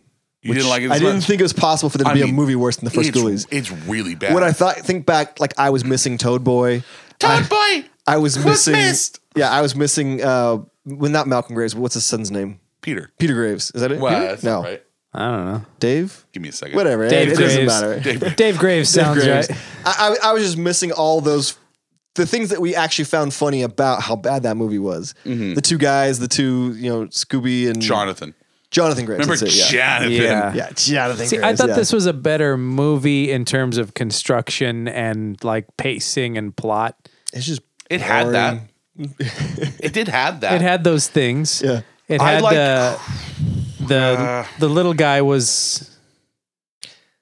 You didn't like it. As
I didn't
much?
think it was possible for there to
I
be a
mean,
movie worse than the first
it's,
Ghoulies.
It's really bad.
When I thought think back, like I was missing Toad Boy.
Todd Boy,
I was
Was
missing.
missed.
Yeah, I was missing. Uh, well, not Malcolm Graves. But what's his son's name?
Peter.
Peter Graves. Is that it?
Wow,
Peter?
that's
no,
not right.
I don't know."
Dave.
Give me a second.
Whatever.
Dave
it, it
Graves.
doesn't matter. Dave
Dave,
Dave Graves sounds
Graves.
right.
I, I, I was just missing all those. The things that we actually found funny about how bad that movie was.
Mm-hmm.
The two guys, the two, you know, Scooby and
Jonathan.
Jonathan Graves.
Remember
that's it, yeah.
Jonathan?
Yeah.
yeah, Jonathan
See,
Graves.
I thought
yeah.
this was a better movie in terms of construction and like pacing and plot.
It's just.
It had that.
boring.
It did have that.
It had those things.
Yeah.
It
I
had
like- Uh.
uh, the the little guy was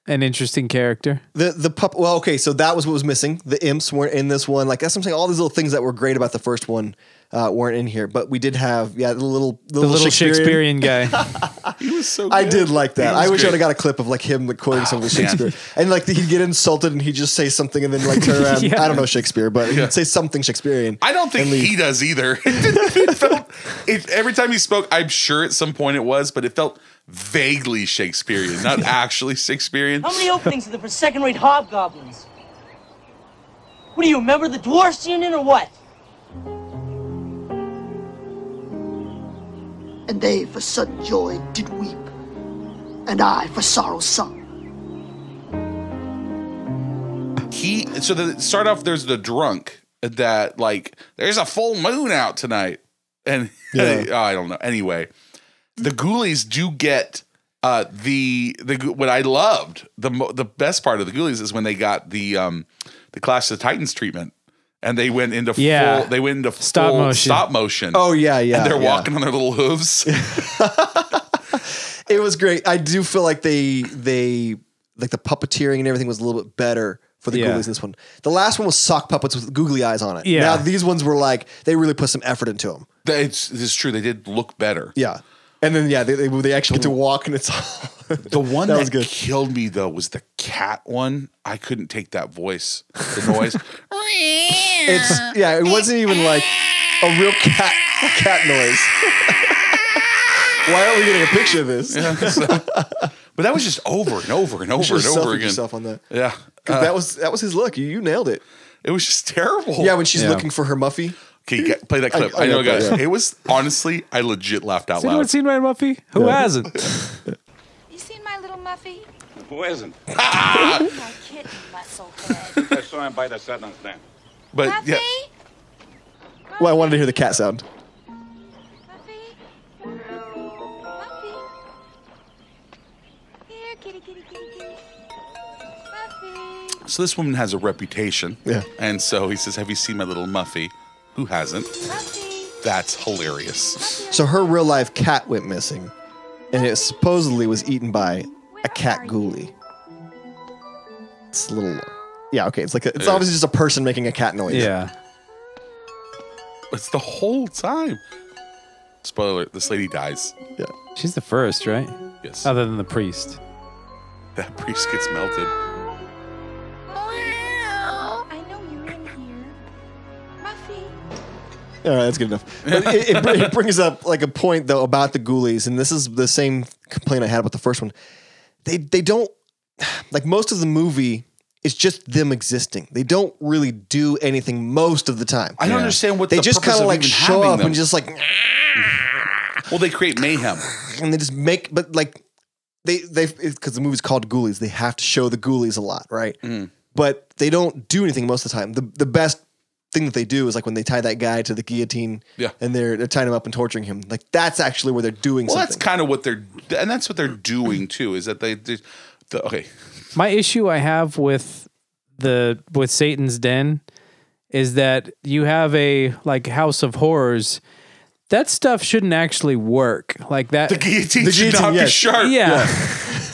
an interesting character.
The the pup. Well, okay, so that was what was missing. The imps weren't in this one. Like that's what I'm saying. All these little things that were great about the first one uh, weren't in here, but we did have yeah the little the
The
little,
little
Shakespearean.
Shakespearean, guy.
He was so.
I
good.
did like that.
He was
I wish
great.
I'd have got a clip of like him like, quoting some of the
man.
Shakespeare, and like he'd get insulted and he'd just say something and then like turn around.
Yeah.
I don't know Shakespeare, but
Yeah.
he'd say something Shakespearean.
I don't think
and leave.
he does either. It, didn't, it felt it, every time he spoke. I'm sure at some point it was, but it felt vaguely Shakespearean, not actually Shakespearean.
How many openings are there for second-rate hobgoblins? What do you remember the dwarfs union or what?
and they for sudden joy did weep, and I for sorrow sung.
He so the start off. There's the drunk that like there's a full moon out tonight, and
Yeah.
I don't know. Anyway, the Ghoulies do get uh, the the what I loved the mo- the best part of the Ghoulies is when they got the um the Clash of the Titans treatment, and they went into
Yeah.
full, they went into
Stop
full
motion.
stop motion.
Oh yeah, yeah.
and they're
yeah.
walking on their little hooves.
It was great. I do feel like they they like the puppeteering and everything was a little bit better for the
Yeah.
Ghoulies. in This one, the last one was sock puppets with googly eyes on it.
Yeah.
Now these ones were like they really put some effort into them.
That- it's, it's true. They did look better.
Yeah. And then yeah, they, they, they actually get to walk, and it's all
The one
That
that,
was good.
killed me though was the cat one. I couldn't take that voice, the noise.
It's yeah, it wasn't even like a real cat cat noise. Why aren't we getting a picture of this?
So- but that was just over and over and over
You
and
should've
over
selfied
again.
yourself on that.
Yeah,
'Cause
Uh,
that was that was his look. You, you nailed it.
it was just terrible.
Oh, Yeah, when she's
Yeah.
looking for her muffy.
okay, you got- play that clip.
I- I
I, know,
got
guys.
that, yeah.
It was honestly, I legit laughed out
Has anyone
loud.
seen Ryan Muffy? Who hasn't?
You seen my little Muffy?
Who isn't?
My kitten muscle head.
I saw him by the sudden stand.
But
Muffy?
yeah,
Well, I wanted to hear the cat sound.
Muffy? Muffy? Here, kitty, kitty, kitty, kitty. Muffy.
so this woman has a reputation.
Yeah.
and so he says, "Have you seen my little Muffy?" Who hasn't?
Muffy.
That's hilarious.
So her real life cat went missing, and it supposedly was eaten by a cat ghoulie. It's a little, yeah, okay. It's like a, it's obviously just a person making a cat noise.
yeah.
It's the whole time. Spoiler: alert, This lady dies.
yeah.
She's the first, right?
Yes,
Uh,
Other than the priest.
that priest gets melted.
I know you're in here. Muffy.
All right, that's good enough. But it, it, br- it brings up like a point though about the ghoulies, and this is the same complaint I had about the first one. They they don't like most of the movie is just them existing. They don't really do anything most of the time.
I don't understand what
they
the
just
purpose
kind of
of
like
even
show
having
up
them.
and just like
Well, they create mayhem.
and they just make but like they they because the movie's called Ghoulies, they have to show the Ghoulies a lot, right?
Mm.
But they don't do anything most of the time. The the best thing that they do is like when they tie that guy to the guillotine,
Yeah.
and they're they're tying him up and torturing him. Like that's actually where they're doing
Well, that's
something.
kind of what they're, and that's what they're doing too. Is that they, they the, okay,
My issue I have with the with Satan's Den is that you have a like house of horrors. That stuff shouldn't actually work. Like that
the guillotine should
guillotine,
not
yes.
be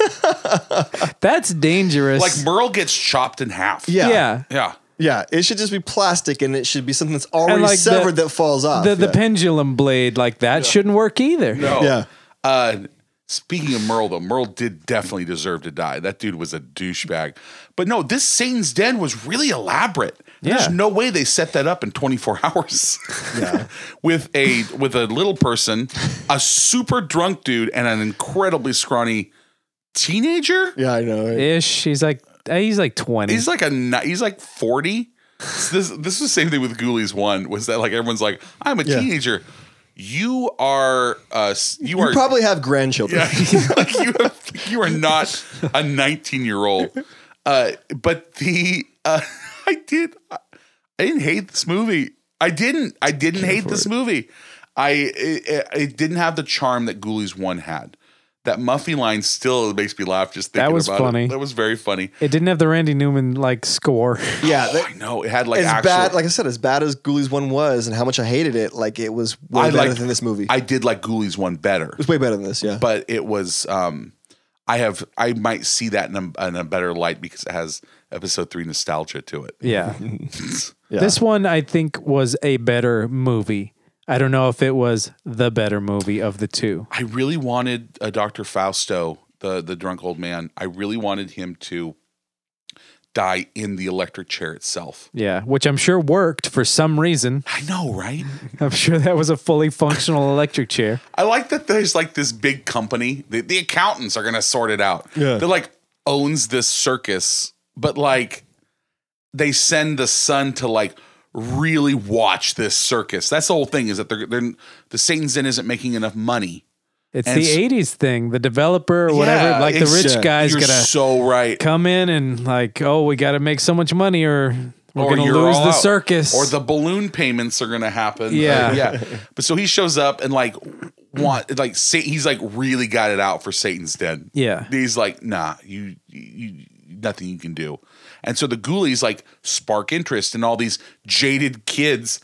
sharp.
Yeah. That's dangerous.
like Merle gets chopped in half.
yeah,
yeah.
yeah.
yeah. It should just be plastic, and it should be something that's already
like, the-
severed that falls off.
The the
yeah.
pendulum blade like that shouldn't work either.
No.
Yeah.
Uh, speaking of Merle, though, Merle did definitely deserve to die. That dude was a douchebag. But no, this Satan's Den was really elaborate.
Yeah.
There's no way they set that up in 24 hours. Yeah. with a with a little person, a super drunk dude, and an incredibly scrawny teenager.
Yeah, I know. right?
Ish. He's like he's like twenty.
He's like a ni- he's like 40. So this this was the same thing with Ghoulies One was that like everyone's like I'm a
Yeah.
teenager. You are uh s- you,
You
are
probably have grandchildren.
like you, you are not a 19 year old. Uh, but the uh, I did I didn't hate this movie. I didn't. I didn't hate this movie. I it, it- it didn't have the charm that Ghoulies One had. That Muffy line still makes me laugh just thinking
That was
about
funny.
it. That was very funny.
it didn't have the Randy Newman like score.
Yeah, that-
I know it had like
as
actual,
bad, like I said, as bad as Ghoulies One was, and how much I hated it. Like it was way better
liked-
than this movie.
I did like Ghoulies One better,
It's way better than this, yeah.
but it was. um I have. I might see that in a, in a better light because it has episode three nostalgia to it.
Yeah. This one I think was a better movie. I don't know if it was the better movie of the two.
I really wanted uh, Dr. Fausto, the the drunk old man. I really wanted him to die in the electric chair itself.
Yeah, which I'm sure worked for some reason.
I know, right?
I'm sure that was a fully functional electric chair.
I like that there's like this big company. The, the accountants are going to sort it out. Yeah. That like owns this circus, but like they send the son to like really watch this circus. That's the whole thing is that they're, they're the Satan's Den isn't making enough money.
It's
And
the
s-
'80s thing. The developer or whatever,
Yeah,
like the
it's-
rich guy's
You're
gonna
so right.
come in and like, oh, we got to make so much money or we're
Or
gonna
Oh, you're
lose
all
the
out.
circus
or the balloon payments are going to happen.
Yeah.
Uh, yeah. But so he shows up and like want like Sa- he's like really got it out for Satan's den.
Yeah.
he's like, nah, you, you nothing you can do. And so the ghoulies like spark interest in all these jaded kids.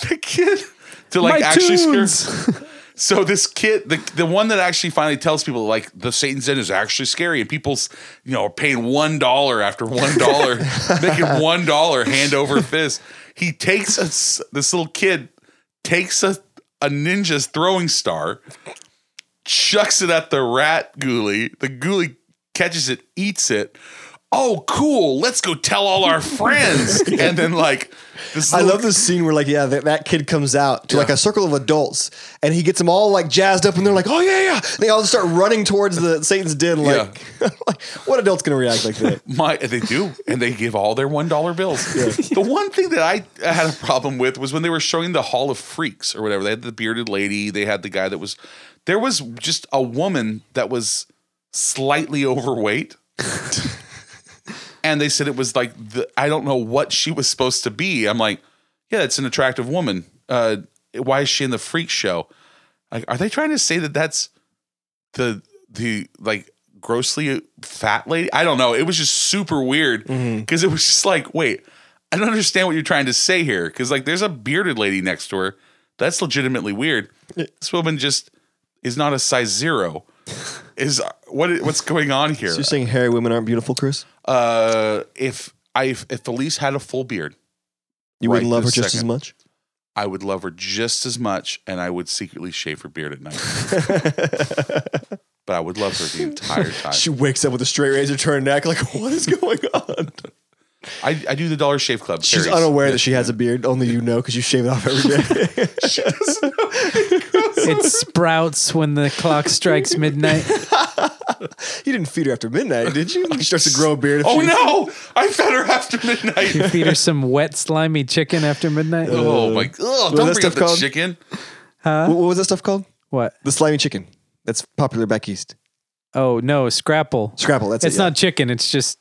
The kid to like
My
actually scare.
tunes.
So this kid, the the one that actually finally tells people like the Satan's Den is actually scary, and people's you know are paying one dollar after one dollar, making one dollar hand over fist. He takes a, s- this little kid takes a a ninja's throwing star, chucks it at the rat ghoulie. The ghoulie catches it, eats it. Oh, cool. Let's go tell all our friends. and then, like, this
I
little-
love this scene where like yeah that, that kid comes out to like a circle of adults and he gets them all like jazzed up and they're like oh yeah yeah and they all start running towards the Satan's den like, like what adult's gonna react like that
My, they do, and they give all their one dollar bills. The one thing that I had a problem with was when they were showing the Hall of Freaks or whatever. They had the bearded lady. They had the guy that was. There was just a woman that was slightly overweight, and they said it was like the, I don't know what she was supposed to be. I'm like, yeah, that's an attractive woman. Uh, why is she in the freak show? Like, are they trying to say that that's the the like grossly fat lady? I don't know. It was just super weird because it was just like, wait, I don't understand what you're trying to say here. Because like, there's a bearded lady next to her. That's legitimately weird. This woman just is not a size zero. Is what what's going on here?
so you're saying hairy women aren't beautiful Chris
Uh, if I if Elise had a full beard,
you
Right
wouldn't love her
this
just as
second.
much
I would love her just as much, and I would secretly shave her beard at night. but I would love her the entire time.
she wakes up with a straight razor to her neck like what is going on
I, I do the Dollar Shave Club.
she's
series.
unaware that she has a beard only you know because you shave it off every day
It sprouts when the clock strikes midnight.
you didn't feed her after midnight did you she starts to grow a beard if
Oh
she-
no! I fed her after midnight.
You feed her some wet, slimy chicken after midnight.
oh my! Oh, don't
that
bring up
stuff
the
called?
chicken.
what, what was that stuff called
What?
the slimy chicken that's popular back east
Oh no, scrapple.
scrapple that's
It's
it, yeah.
not chicken. It's just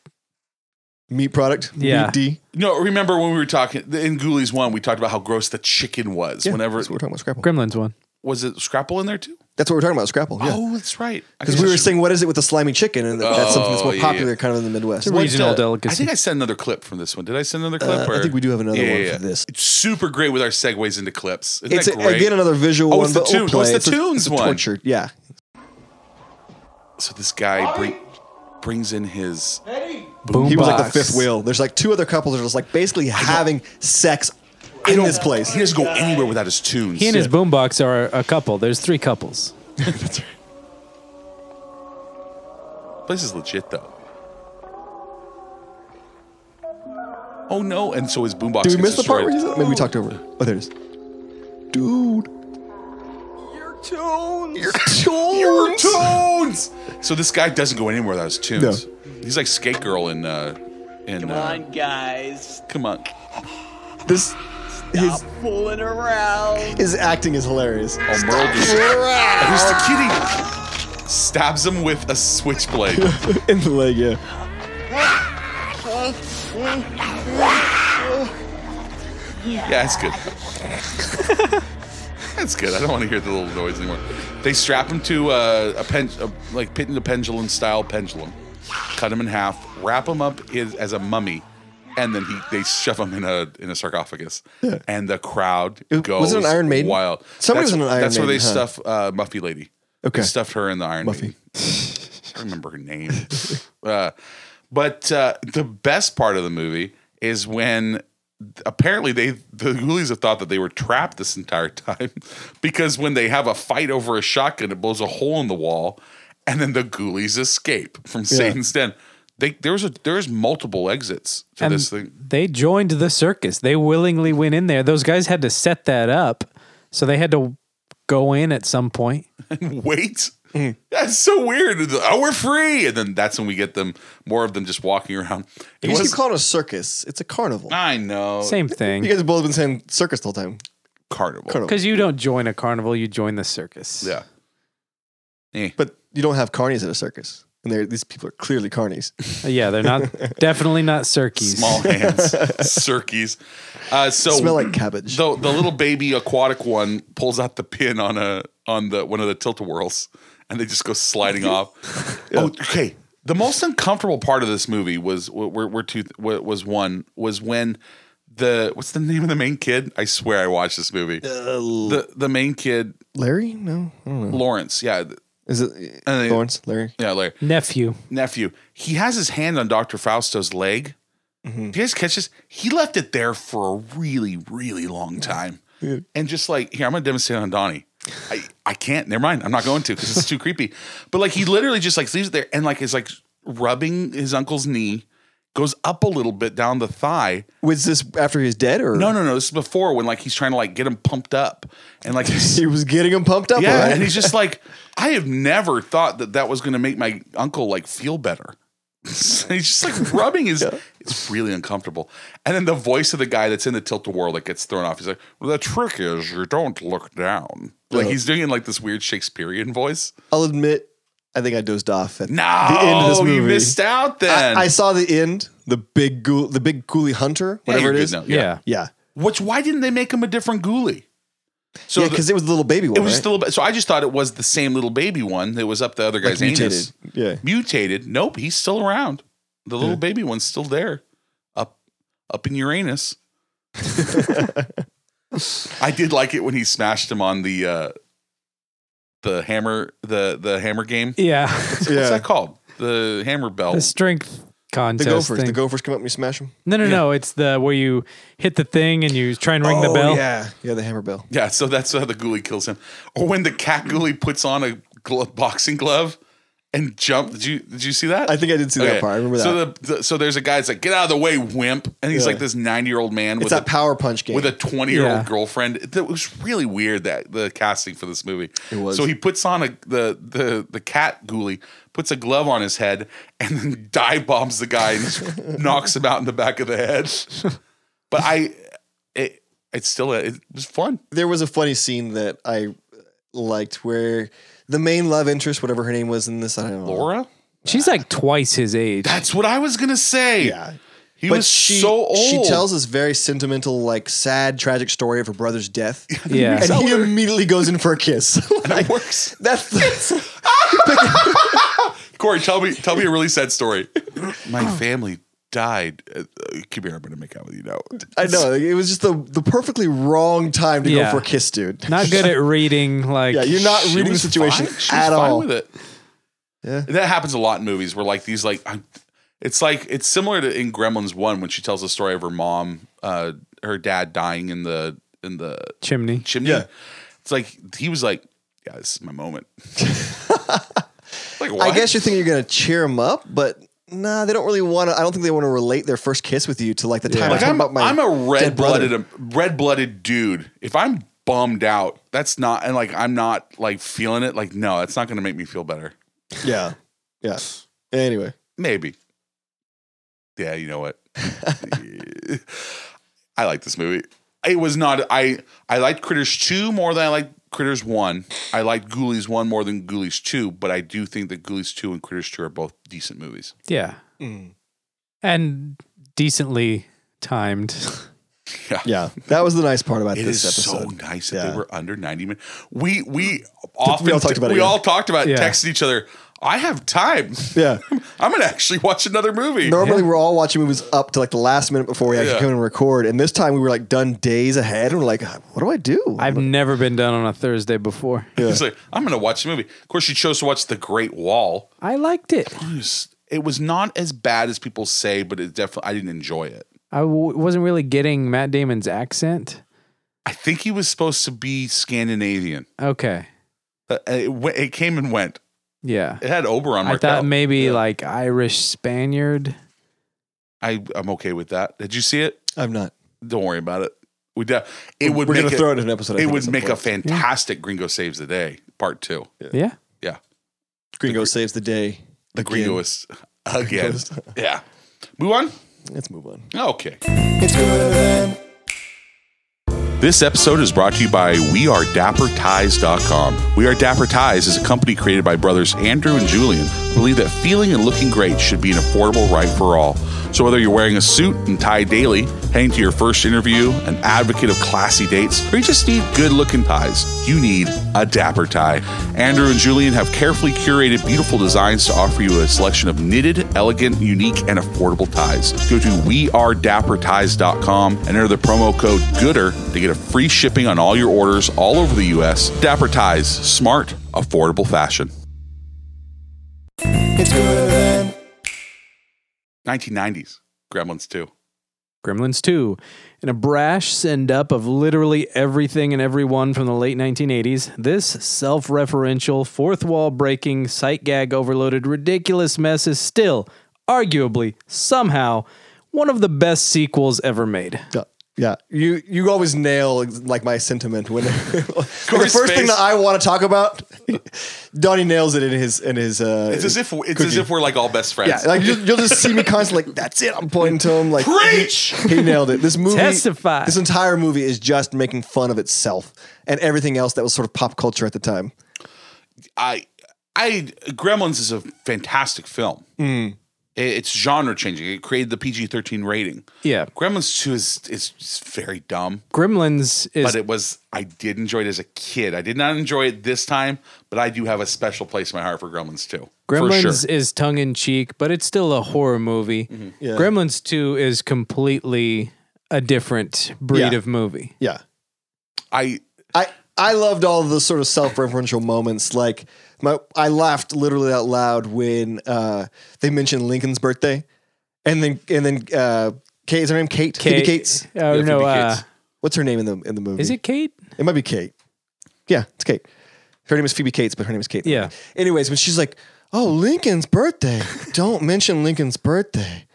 meat product
Yeah.
meat D
No, remember when we were talking in Ghoulies One? We talked about how gross the chicken was.
Yeah,
Whenever
that's what we're talking about Scrapple.
Gremlins one.
was it Scrapple in there too?
That's what we're talking about Scrapple. Yeah.
Oh, that's right. I
Because
guess
we
I
were
should-
saying, what is it with the slimy chicken? And that- that's something that's more
Oh,
popular
yeah.
kind of in the Midwest.
It's a regional
What, uh,
delicacy.
I think I sent another clip from this one. Did I send another clip?
Uh, I
or-
think we do have another
Yeah,
one
yeah,
for
yeah.
this.
It's super great with our segues into clips. Isn't
It's
that
a,
great?
again another visual
Oh,
one,
it's the
but we'll
tune- oh, it's
play.
the
a-
tunes
a
one.
Tortured. Yeah.
so this guy bring, brings in his
Boom.
He was like
box.
the fifth wheel. There's like two other couples that are just like basically having sex
I
in
don't-
this place.
He doesn't go anywhere without his tunes.
He and his boombox are a couple. There's three couples.
Place is legit though. Oh no! And so his boombox.
Did we
gets
miss the part where
destroyed.
he said Maybe we talked over it. Oh, there it is. Dude. Your tunes. Your tunes.
tunes. So this guy doesn't go anywhere without his tunes.
No.
He's like Skate Girl in uh, in
Come
uh,
on, guys.
come on.
This, his,
Stop fooling around.
his acting is hilarious.
Oh, Merle just who's the kitty? Stabs him with a switchblade.
in the leg, yeah.
yeah, that's good. that's good. I don't want to hear the little noise anymore. They strap him to uh, a pen, a, like pit in a pendulum style pendulum, cut him in half, wrap him up is, as a mummy. And then he, they shove him in a in a sarcophagus, and the crowd
It-
goes
was it an Iron Maiden?
wild. that's,
Somebody was in an Iron
That's where they
Maiden, huh?
stuff uh, Muffy Lady.
Okay.
They stuffed her in the Iron
Muffy.
Maiden. I don't remember her name. uh, but uh, the best part of the movie is when apparently they the ghoulies have thought that they were trapped this entire time because when they have a fight over a shotgun, it blows a hole in the wall, and then the ghoulies escape from Satan's den. They, there's a there's multiple exits to
Um,
And
this thing.
They joined the circus. They willingly went in there. Those guys had to set that up, so they had to go in at some point.
wait.
mm.
That's so weird. Oh, we're free, and then that's when we get them more of them just walking around. It
You
was, Ah.
keep calling it a circus. It's a carnival.
I know
Same
You
thing.
guys have both been saying circus the whole time.
carnival.
Carnival.
Because you don't join a carnival, you join the circus.
Yeah. Eh.
But you don't have carnies at a circus. And they're, these people are clearly carnies.
Yeah, they're not definitely not circus.
Small hands, circies. Uh, so
Smell like cabbage.
The, the little baby aquatic one pulls out the pin on a on the one of the tilt a whirls, and they just go sliding off. Oh, okay. The most uncomfortable part of this movie was were, were two was one was when the what's the name of the main kid? I swear I watched this movie. the the main kid
Larry? No, I don't know.
Lawrence, yeah, th-
Is it
Uh,
Lawrence? Larry?
yeah, Larry
Nephew.
nephew. He has his hand on Doctor Fausto's leg. Do you guys catch this? He left it there for a really, really long time, and just like here, I'm gonna demonstrate on Donnie. I, I can't. Never mind. I'm not going to because it's too creepy. But like he literally just like leaves it there and like is like rubbing his uncle's knee, goes up a little bit down the thigh.
Was this after he was dead or
No, no, no. This is before when like he's trying to like get him pumped up and like he's-
He was getting him pumped up.
yeah,
right?
and he's just like I have never thought that that was going to make my uncle like feel better. he's just like rubbing his. It's really uncomfortable. And then the voice of the guy that's in the tilt a whirl that gets thrown off. He's like, well, "The trick is you don't look down." Like
Yeah.
he's doing it in like this weird Shakespearean voice.
I'll admit, I think I dozed off at
No,
the end of this movie.
you missed out. Then
I, I saw the end, the big ghoul, the big ghoulie hunter,
Yeah,
whatever
you're
it
good
is.
now.
Yeah.
Yeah,
Which why didn't they make him a different ghoulie? So
yeah,
the-
because it was the little baby one.
It was
right?
just a little bit. So I just thought it was the same little baby one that was up the other
Like
guy's anus.
mutated. Yeah,
Mutated. Nope, he's still around. The little baby one's still there, up up in Uranus. I did like it when he smashed him on the uh the hammer the the hammer game.
Yeah.
What's
Yeah.
that called? The hammer bell.
The strength
the
contest
gophers.
thing.
The gophers come up and you smash them.
no, no, no. It's the where you hit the thing and you try and ring
Oh,
the bell.
Oh, Yeah, yeah, the hammer bell.
Yeah, so that's how the ghoulie kills him. Or when the cat ghoulie puts on a glove, boxing glove and jump. Did you did you see that?
I think I did see that
Okay.
part. I remember that.
So the, the so there's a guy that's like, get out of the way, wimp, and he's
Yeah.
like this 90 year old man
it's
with
that
a
power punch game.
with a 20 year
Yeah.
old girlfriend. That was really weird. That the casting for this movie.
It was.
So he puts on a the the the cat ghoulie puts a glove on his head and then dive bombs the guy and just knocks him out in the back of the head. But I it it's still a, it was fun.
there was a funny scene that I uh, liked where the main love interest, whatever her name was in this, I don't know.
Laura.
She's like twice his age.
That's what I was gonna say.
Yeah.
He was so old.
She tells this very sentimental, like sad, tragic story of her brother's death.
Yeah.
And he immediately goes in for a kiss. Like,
works.
That's the,
Corey, tell me, tell me a really sad story. My family died. Uh, come here, I'm gonna make out with you now.
I know. like, it was just the, the perfectly wrong time to
Yeah.
go for a kiss, dude.
Not good at reading. Like,
yeah, you're not
She
reading the
was
situation
fine. She was
at
fine
all.
with it.
Yeah.
that happens a lot in movies where like these like, I'm, it's like it's similar to in Gremlins One when she tells the story of her mom, uh, her dad dying in the in the
chimney.
chimney.
Yeah.
It's like he was like, yeah, this is my moment. like
I
what?
guess you think you're gonna cheer them up, but nah, they don't really want to. I don't think they want to relate their first kiss with you to like the time. I
Like
told
I'm,
about my
I'm a
dead
red
brother.
blooded red blooded dude. If I'm bummed out, that's not and like I'm not like feeling it. Like no, that's not going to make me feel better.
Yeah, yeah. Anyway,
Maybe. Yeah, you know what? I like this movie. It was not I I liked Critters 2 more than I liked Critters 1. I liked Ghoulies 1 more than Ghoulies 2, but I do think that Ghoulies 2 and Critters 2 are both decent movies.
Yeah.
Hmm.
And decently timed.
yeah, that was the nice part about
It is
this episode.
so nice that
Yeah.
they were under 90 minutes. We we often we all
talked
talked
about
about,
it,
we
yeah.
all talked about it,
Yeah.
texted each other. I have time.
yeah.
I'm gonna actually watch another movie.
Normally we're all watching movies up to like the last minute before we actually
Yeah.
come and record, and this time we were like done days ahead, and we're like, "Ah, what do I do?
I've never been done on a Thursday before.
It's like, I'm gonna watch the movie. Of course, she chose to watch The Great Wall.
I liked it.
was- it was not as bad as people say, but it definitely I didn't enjoy it.
I w- wasn't really getting Matt Damon's accent.
I think he was supposed to be Scandinavian.
Okay.
Uh, it, w- it came and went.
Yeah.
It had Oberon.
I
marked
thought
out.
maybe like Irish Spaniard.
I I'm okay with that. Did you see it?
I'm not.
Don't worry about it. We de- it would
we're
make
gonna
it-
throw it in an episode. I
It
think, at
would
some
make a
point.
fantastic Gringo Saves the Day part two.
Yeah.
Yeah,
Gringo saves the day.
the
Again.
Gringoist again.
Gringoist.
yeah, move on.
Let's move on.
Okay. This episode is brought to you by WeAreDapperTies.com. We Are Dapper Ties is a company created by brothers Andrew and Julian who believe that feeling and looking great should be an affordable right for all. So whether you're wearing a suit and tie daily, heading to your first interview, an advocate of classy dates, or you just need good looking ties, you need a dapper tie. Andrew and Julian have carefully curated beautiful designs to offer you a selection of knitted, elegant, unique, and affordable ties. Go to wearedapperties.com and enter the promo code GOODER to get a free shipping on all your orders all over the U.S. Dapper Ties, smart, affordable fashion. 1990s, Gremlins 2.
Gremlins 2, in a brash send up of literally everything and everyone from the late 1980s, this self referential, fourth wall breaking, sight gag overloaded, ridiculous mess is still, arguably, somehow, one of the best sequels ever made.
Yeah. Yeah, you you always nail like my sentiment when the first thing
face.
that I want to talk about, Donnie nails it in his in his. Uh,
It's as if it's as
cookie.
if we're like all best friends.
yeah, like you'll, you'll just see me constantly like that's it. I'm pointing to him like
Preach!
He, he nailed it. This movie,
Testify.
This entire movie is just making fun of itself and everything else that was sort of pop culture at the time.
I I Gremlins is a fantastic film.
Mm.
It- it's genre changing. It created the PG thirteen rating.
Yeah.
Gremlins two is is just very dumb,
Gremlins is
but it was I did enjoy it as a kid. I did not enjoy it this time, but I do have a special place in my heart for Gremlins two.
Gremlins
for sure. Mm-hmm.
is tongue in cheek, but it's still a horror movie.
Yeah.
Gremlins 2 is completely a different breed
Yeah.
of movie.
Yeah,
I
I I loved all the sort of self-referential moments. Like my, I laughed literally out loud when uh, they mentioned Lincoln's birthday, and then and then uh, Kate is her name Kate Phoebe Cates.
Oh,
Yeah,
no.
Phoebe
Uh,
Cates.
What's her name in the in the movie?
is it Kate?
It might be Kate. Yeah, it's Kate. Her name is Phoebe Cates, but her name is Kate.
Yeah.
Anyways, when she's like, "Oh, Lincoln's birthday. Don't mention Lincoln's birthday."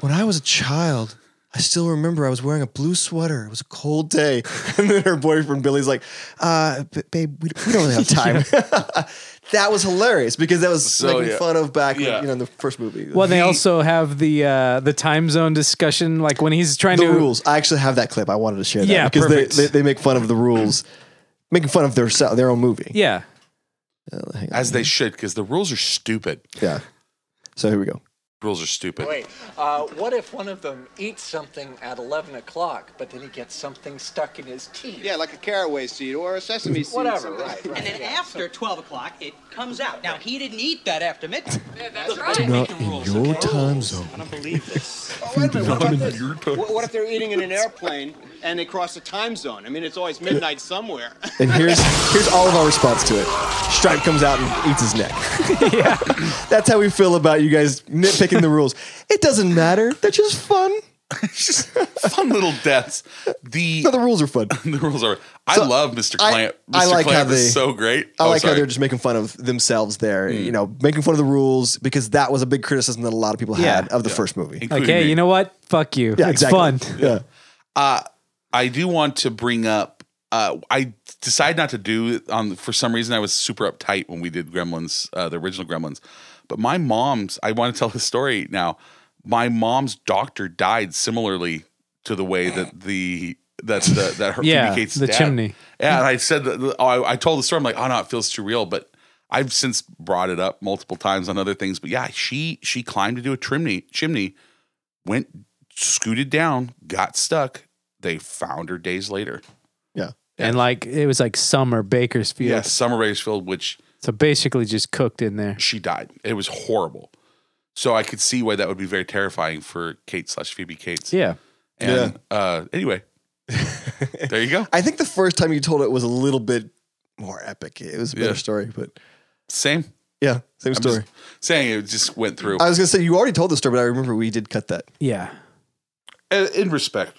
when I was a child, I still remember I was wearing a blue sweater. It was a cold day, and then her boyfriend Billy's like, "Uh, b- babe, we, we don't really have time." that was hilarious because that was making
yeah.
fun of back, when,
Yeah.
you know, in the first movie.
Well, they also have the uh, the time zone discussion, like when he's trying
the
to
rules. I actually have that clip. I wanted to share that
Yeah,
because they,
perfect.
they they make fun of the rules, making fun of their se- their own movie. Uh,
Yeah,
as they should because the rules are stupid.
Yeah. So here we go.
Rules are stupid.
Wait, uh, what if one of them eats something at 11 o'clock, but then he gets something stuck in his teeth?
Yeah, like a caraway seed or a sesame seed.
Whatever, right, right.
And then after 12 o'clock, it comes out. Now, he didn't eat that after midnight.
Not in your time zone.
Oh, wait a minute. What about this? What, what if they're eating in an airplane and they cross a time zone? I mean, it's always midnight somewhere.
And here's here's all of our response to it. Stripe comes out and eats his neck. That's how we feel about you guys nitpicking the rules. It doesn't matter. They're just fun.
It's just fun little deaths. The
No, the rules are fun.
the rules are. I
So,
love Mr.
I-
Clamp. Mr.
I like how
Clamp
they-
is so great.
I
Oh,
like how
sorry. Hmm.
they're just making fun of themselves there, you know, making fun of the rules because that was a big criticism that a lot of people
Yeah.
had of the first movie.
Including
like hey,
me.
you know what? Fuck you.
Yeah,
it's
exactly.
fun.
Yeah.
I do want to bring up. Uh, I decided not to do on for some reason. I was super uptight when we did Gremlins, uh, the original Gremlins. But my mom's. I want to tell the story now. My mom's doctor died similarly to the way that the that the, that her
Yeah,
Phoebe Cates'
the
dad-
chimney.
Yeah, and I said that. Oh, I, I told the story. I'm like, oh no, it feels too real. But I've since brought it up multiple times on other things. But yeah, she she climbed to do a chimney chimney went scooted down, got stuck. They found her days later.
Yeah.
And like it was like summer Bakersfield.
Yeah, Summer Bakersfield, which
So basically, just cooked in there.
she died. It was horrible. So I could see why that would be very terrifying for Kate slash Phoebe Cates.
Yeah.
And uh anyway. there you go.
I think the first time you told it was a little bit more epic. It was a better
Yeah.
story, but
Same.
yeah, same
I'm
story.
just saying it just went through.
I was gonna say you already told the story, but I remember we did cut that.
Yeah.
in in respect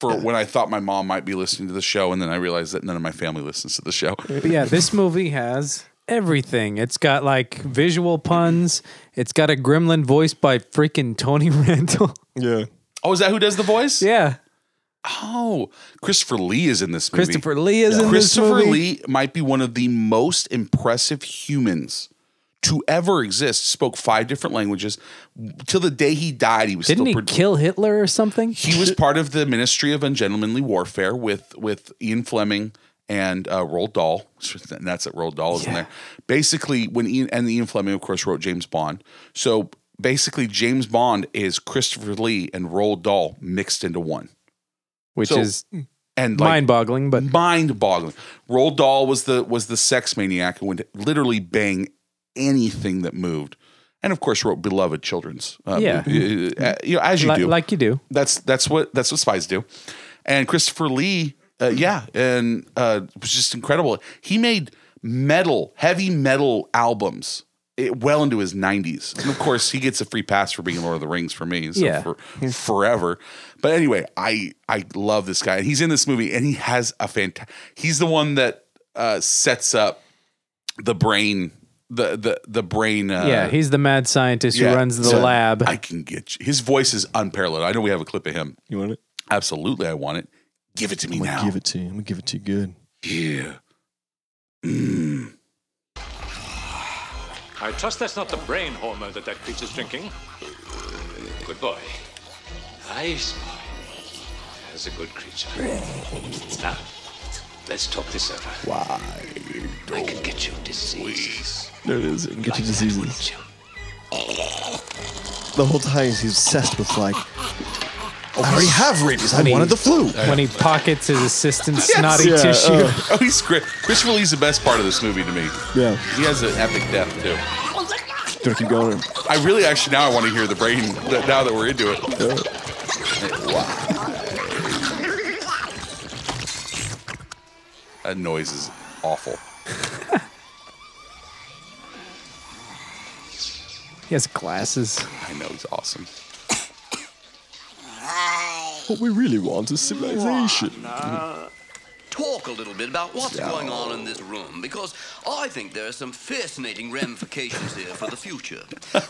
for when I thought my mom might be listening to the show, and then I realized that none of my family listens to the show.
But yeah, this movie has everything. It's got like visual puns. It's got a gremlin voice by freaking Tony Randall.
Yeah.
Oh, is that who does the voice?
yeah.
Oh, Christopher Lee is in this movie.
Christopher Lee is in this
Christopher
movie.
Lee might be one of the most impressive humans to ever exist. Spoke five different languages. Till the day he died, he was
Didn't
still
he
pro-
kill Hitler or something?
he was part of the Ministry of Ungentlemanly Warfare with with Ian Fleming and uh, Roald Dahl. And that's it. Roald Dahl is in
Yeah.
there. Basically, when Ian and Ian Fleming, of course, wrote James Bond. So basically, James Bond is Christopher Lee and Roald Dahl mixed into one.
Which
So,
is
And like,
mind boggling, but
mind boggling. Roald Dahl was the was the sex maniac and would literally bang anything that moved, and of course wrote beloved children's. Uh,
Yeah.
uh, uh, you know, as you
li-
do.
like you do.
that's that's what that's what spies do. And Christopher Lee, uh, yeah, and uh, was just incredible. He made metal, heavy metal albums it well into his 90s. And of course, he gets a free pass for being in Lord of the Rings for me so
Yeah.
for, forever. But anyway, I I love this guy. He's in this movie and he has a fantastic He's the one that uh sets up the brain the the the brain uh,
yeah, he's the mad scientist
yeah.
who runs the
So
lab.
I can get you. His voice is unparalleled. I know we have a clip of him.
You want it?
Absolutely, I want it. Give it to me
I'm gonna
now.
give it to you. I'm gonna give it to you good.
Yeah.
I trust that's not the brain hormone that that creature's drinking. Good boy. Nice boy. That's a good creature. Now, let's talk this over. Why? I can get you disease.
There it is. Get your
Wouldn't
diseases.
you?
The whole time he's obsessed with like.
Oh,
I already have rabies. I
Honey.
wanted the flu.
when he pockets his assistant's snotty
yeah,
tissue.
uh.
Oh, he's great. Christopher Lee's the best part of this movie to me.
Yeah.
He has an epic death too.
Oh, Don't keep going.
I really actually now I want to hear the brain that now that we're into it. That noise is awful.
he has glasses.
I know he's awesome.
What we really want is civilization.
talk a little bit about what's going on in this room because I think there are some fascinating ramifications here for the future.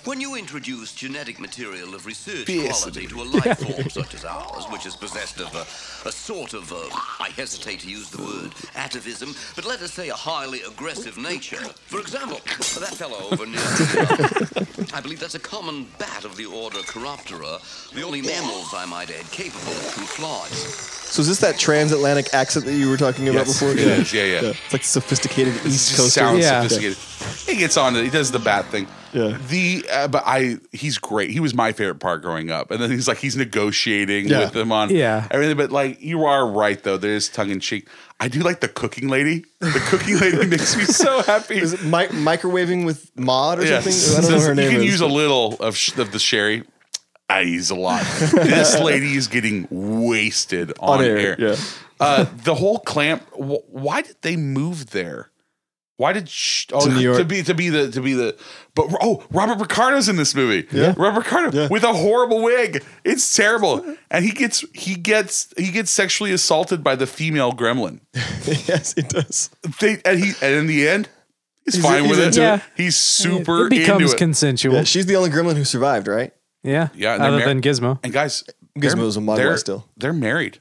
When you introduce genetic material of research quality to a life form such as ours, which is possessed of a, a sort of, uh, I hesitate to use the word, atavism, but let us say a highly aggressive nature. For example, that fellow over near. I believe that's a common bat of the order Chiroptera, the only mammals, I might add, capable of two flies.
So is this that transatlantic accent that you were talking about
Yes,
before?
it is. Yeah, yeah.
It's like sophisticated
It
East
just
Coast.
sounds
Yeah.
sophisticated. He gets on. to- He does the bad thing.
Yeah.
The uh, but I he's great. He was my favorite part growing up. And then he's like he's negotiating
Yeah.
with them on
Yeah.
everything. But like you are right though. There's tongue in cheek. I do like the cooking lady. The cooking lady makes me so happy.
Is it mi- microwaving with mod or
Yeah.
something? I don't know
Says
her name.
You can
is.
use a little of, sh- of the sherry. I use a lot. this lady is getting wasted on, air.
Yeah.
Uh, the whole clamp. Wh- why did they move there? Why did sh- oh,
New York.
to be to be the to be the but oh Robert Ricardo's in this movie
Yeah.
Robert Ricardo
Yeah.
with a horrible wig it's terrible and he gets he gets he gets sexually assaulted by the female gremlin
yes, it does.
they, and he and in the end he's,
He's-
fine
he's
with it
into
it. Yeah.
he's super
it becomes
into it.
consensual.
Yeah,
Yeah.
she's the only gremlin who survived, right?
Yeah, and they're
other
mar-
than Gizmo.
And guys,
Gizmo's a mugwai
they're,
still.
They're married.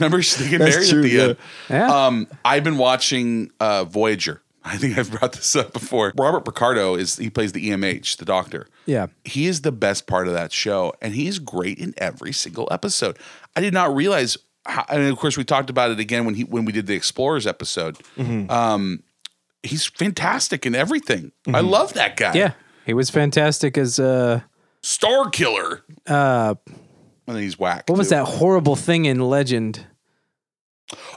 Remember, they get
That's
married
true,
at the
yeah.
end.
Yeah.
Um, I've been watching uh, Voyager. I think I've brought this up before. Robert Picardo is he plays the EMH, the doctor.
yeah.
He is the best part of that show, and he is great in every single episode. I did not realize. How, and of course, we talked about it again when he when we did the Explorers episode.
Mm-hmm.
Um, he's fantastic in everything. I
Mm-hmm.
love that guy.
Yeah. He was fantastic as uh
Star Killer.
uh
And then he's whack.
what was
too.
that horrible thing in Legend?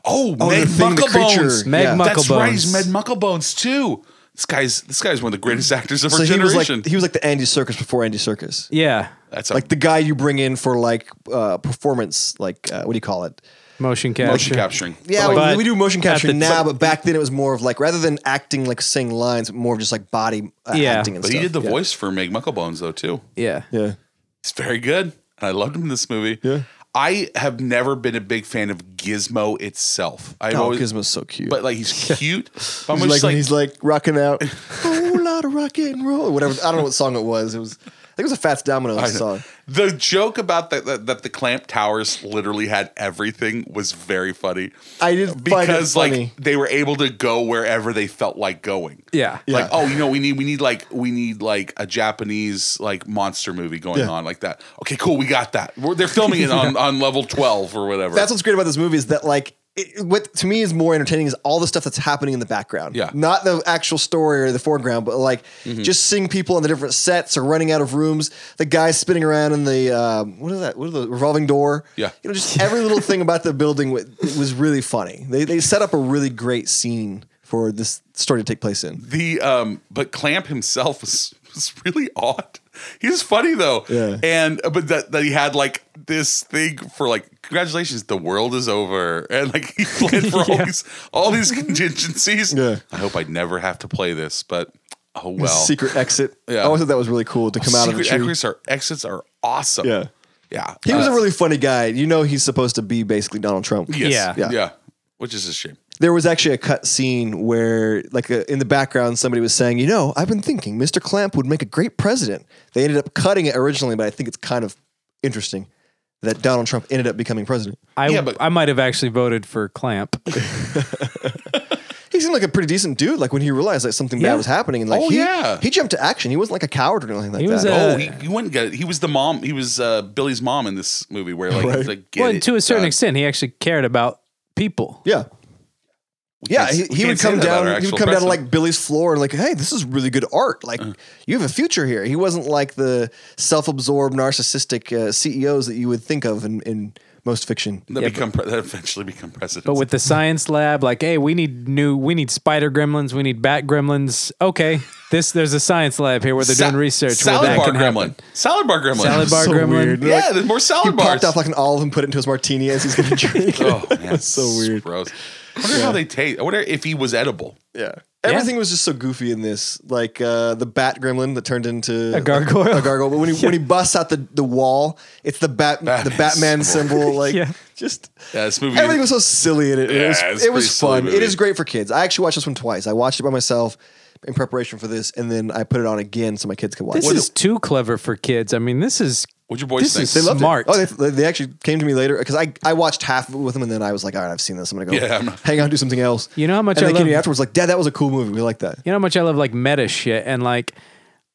Oh,
Oh,
Meg
the thing, the
Mucklebones.
creature.
Meg
Yeah.
Mucklebones.
That's right, he's Meg Mucklebones too. This guy's this guy's one of the greatest actors of
So
our
he was like
generation.
he was like the Andy Circus before Andy Circus.
Yeah.
That's
Like the guy you bring in for like uh, performance, like uh, what do you call it?
Motion capture.
motion capturing.
Yeah,
But-
we, we do motion
at
capture
the-
now, but back then it was more of like rather than acting like sing lines, more of just like body uh,
Yeah.
acting and
But he
stuff.
did the
yeah.
voice for Meg Mucklebones though too.
Yeah.
Yeah,
He's very good. And I loved him in this movie.
Yeah.
I have never been a big fan of Gizmo itself. I've
oh,
always
Gizmo's so cute.
but like he's cute. But I'm
he's like,
just
when
like,
he's like rocking out, oh, a lot of rock and roll, or whatever. I don't know what song it was. It was I think it was a Fats
I
Domino's
know.
song.
The joke about that, that that the clamp towers literally had everything was very funny.
I did
because
find it funny.
like they were able to go wherever they felt like going.
Yeah.
Like
Yeah.
oh you know we need we need like we need like a Japanese like monster movie going
Yeah.
on like that. Okay, cool, we got that. We're, they're filming it on on level twelve or whatever.
That's what's great about this movie is that like it, what to me is more entertaining is all the stuff that's happening in the background.
Yeah. Mm-hmm.
Not the actual story or the foreground, but like just seeing people on the different sets or running out of rooms, the guy spinning around in the um, what is that? What is the revolving door?
Yeah.
You know, just every little thing about the building wa- it was really funny. They they set up a really great scene for this story to take place in.
the um but clamp himself was was really odd he's funny though
Yeah.
and but that, that he had like this thing for like congratulations the world is over and like he planned for all these all these contingencies
Yeah.
i hope i never have to play this but Oh well.
Secret exit.
Yeah.
I always thought that was really cool to come out of the
Secret
tree.
exits are exits are awesome.
Yeah.
Yeah.
He was
Uh,
a really funny guy. You know, he's supposed to be basically Donald Trump.
yes.
Yeah.
yeah. Which is a shame.
There was actually a cut scene where, like, uh, in the background, somebody was saying, "You know, I've been thinking Mr. Clamp would make a great president." They ended up cutting it originally, but I think it's kind of interesting that Donald Trump ended up becoming president.
I,
Yeah, but-
I might have actually voted for Clamp.
He seemed like a pretty decent dude. Like when he realized that something
Yeah.
bad was happening, and like
Oh,
he,
yeah.
he jumped to action. He wasn't like a coward or anything like
He
that.
was a-
Oh,
Uh,
he, he went and got it. He was the mom. He was uh, Billy's mom in this movie, where like,
Right.
he's like get
well, and
it
to a certain
done.
extent, he actually cared about people.
yeah, yeah.
can't- we
He, he would
can't say
come
that about our
down. He
actual Uh-huh.
would come down to
president.
like Billy's floor and like, hey, this is really good art. Like you have a future here. He wasn't like the self-absorbed, narcissistic uh, CEOs that you would think of in, in most fiction.
That become pre- that eventually become president.
But with the science lab, like, hey, we need new, we need spider gremlins, we need bat gremlins. Okay, this there's a science lab here where they're
Sa-
doing research.
salad
where that
bar
can happen.
gremlin, salad bar gremlin,
Salad bar
So
gremlin.
weird.
Yeah,
Like,
there's more
He
salad bars.
popped off like an olive and put it into his martini as he's going to drink.
oh man, so
weird.
Gross. I wonder how they taste. I wonder if he was edible.
Yeah. Everything was just so goofy in this, like uh, the bat gremlin that turned into
A gargoyle.
A gargoyle. But when he when he busts out the, the wall, it's the bat the
Batman
Batman
symbol.
symbol. Like
Yeah.
just
Yeah, this movie.
everything was so silly in it.
Yeah,
it was,
it's
it
a pretty
was
silly
fun. It
movie.
is great for kids. I actually watched this one twice. I watched it by myself in preparation for this, and then I put it on again so my kids could watch
This
it.
is too clever for kids. I mean, this is
What'd your boys
this
think?
is
They
Loved it.
smart.
Oh, they, they actually came to me later because I, I watched half of it with them, and then I was like, all right, I've seen this. I'm gonna go
Yeah, I'm not-
hang out, do something else.
You know how much
and
I
they came to me
love-
afterwards like, Dad, that was a cool movie. We like that.
you know how much I love like meta shit and like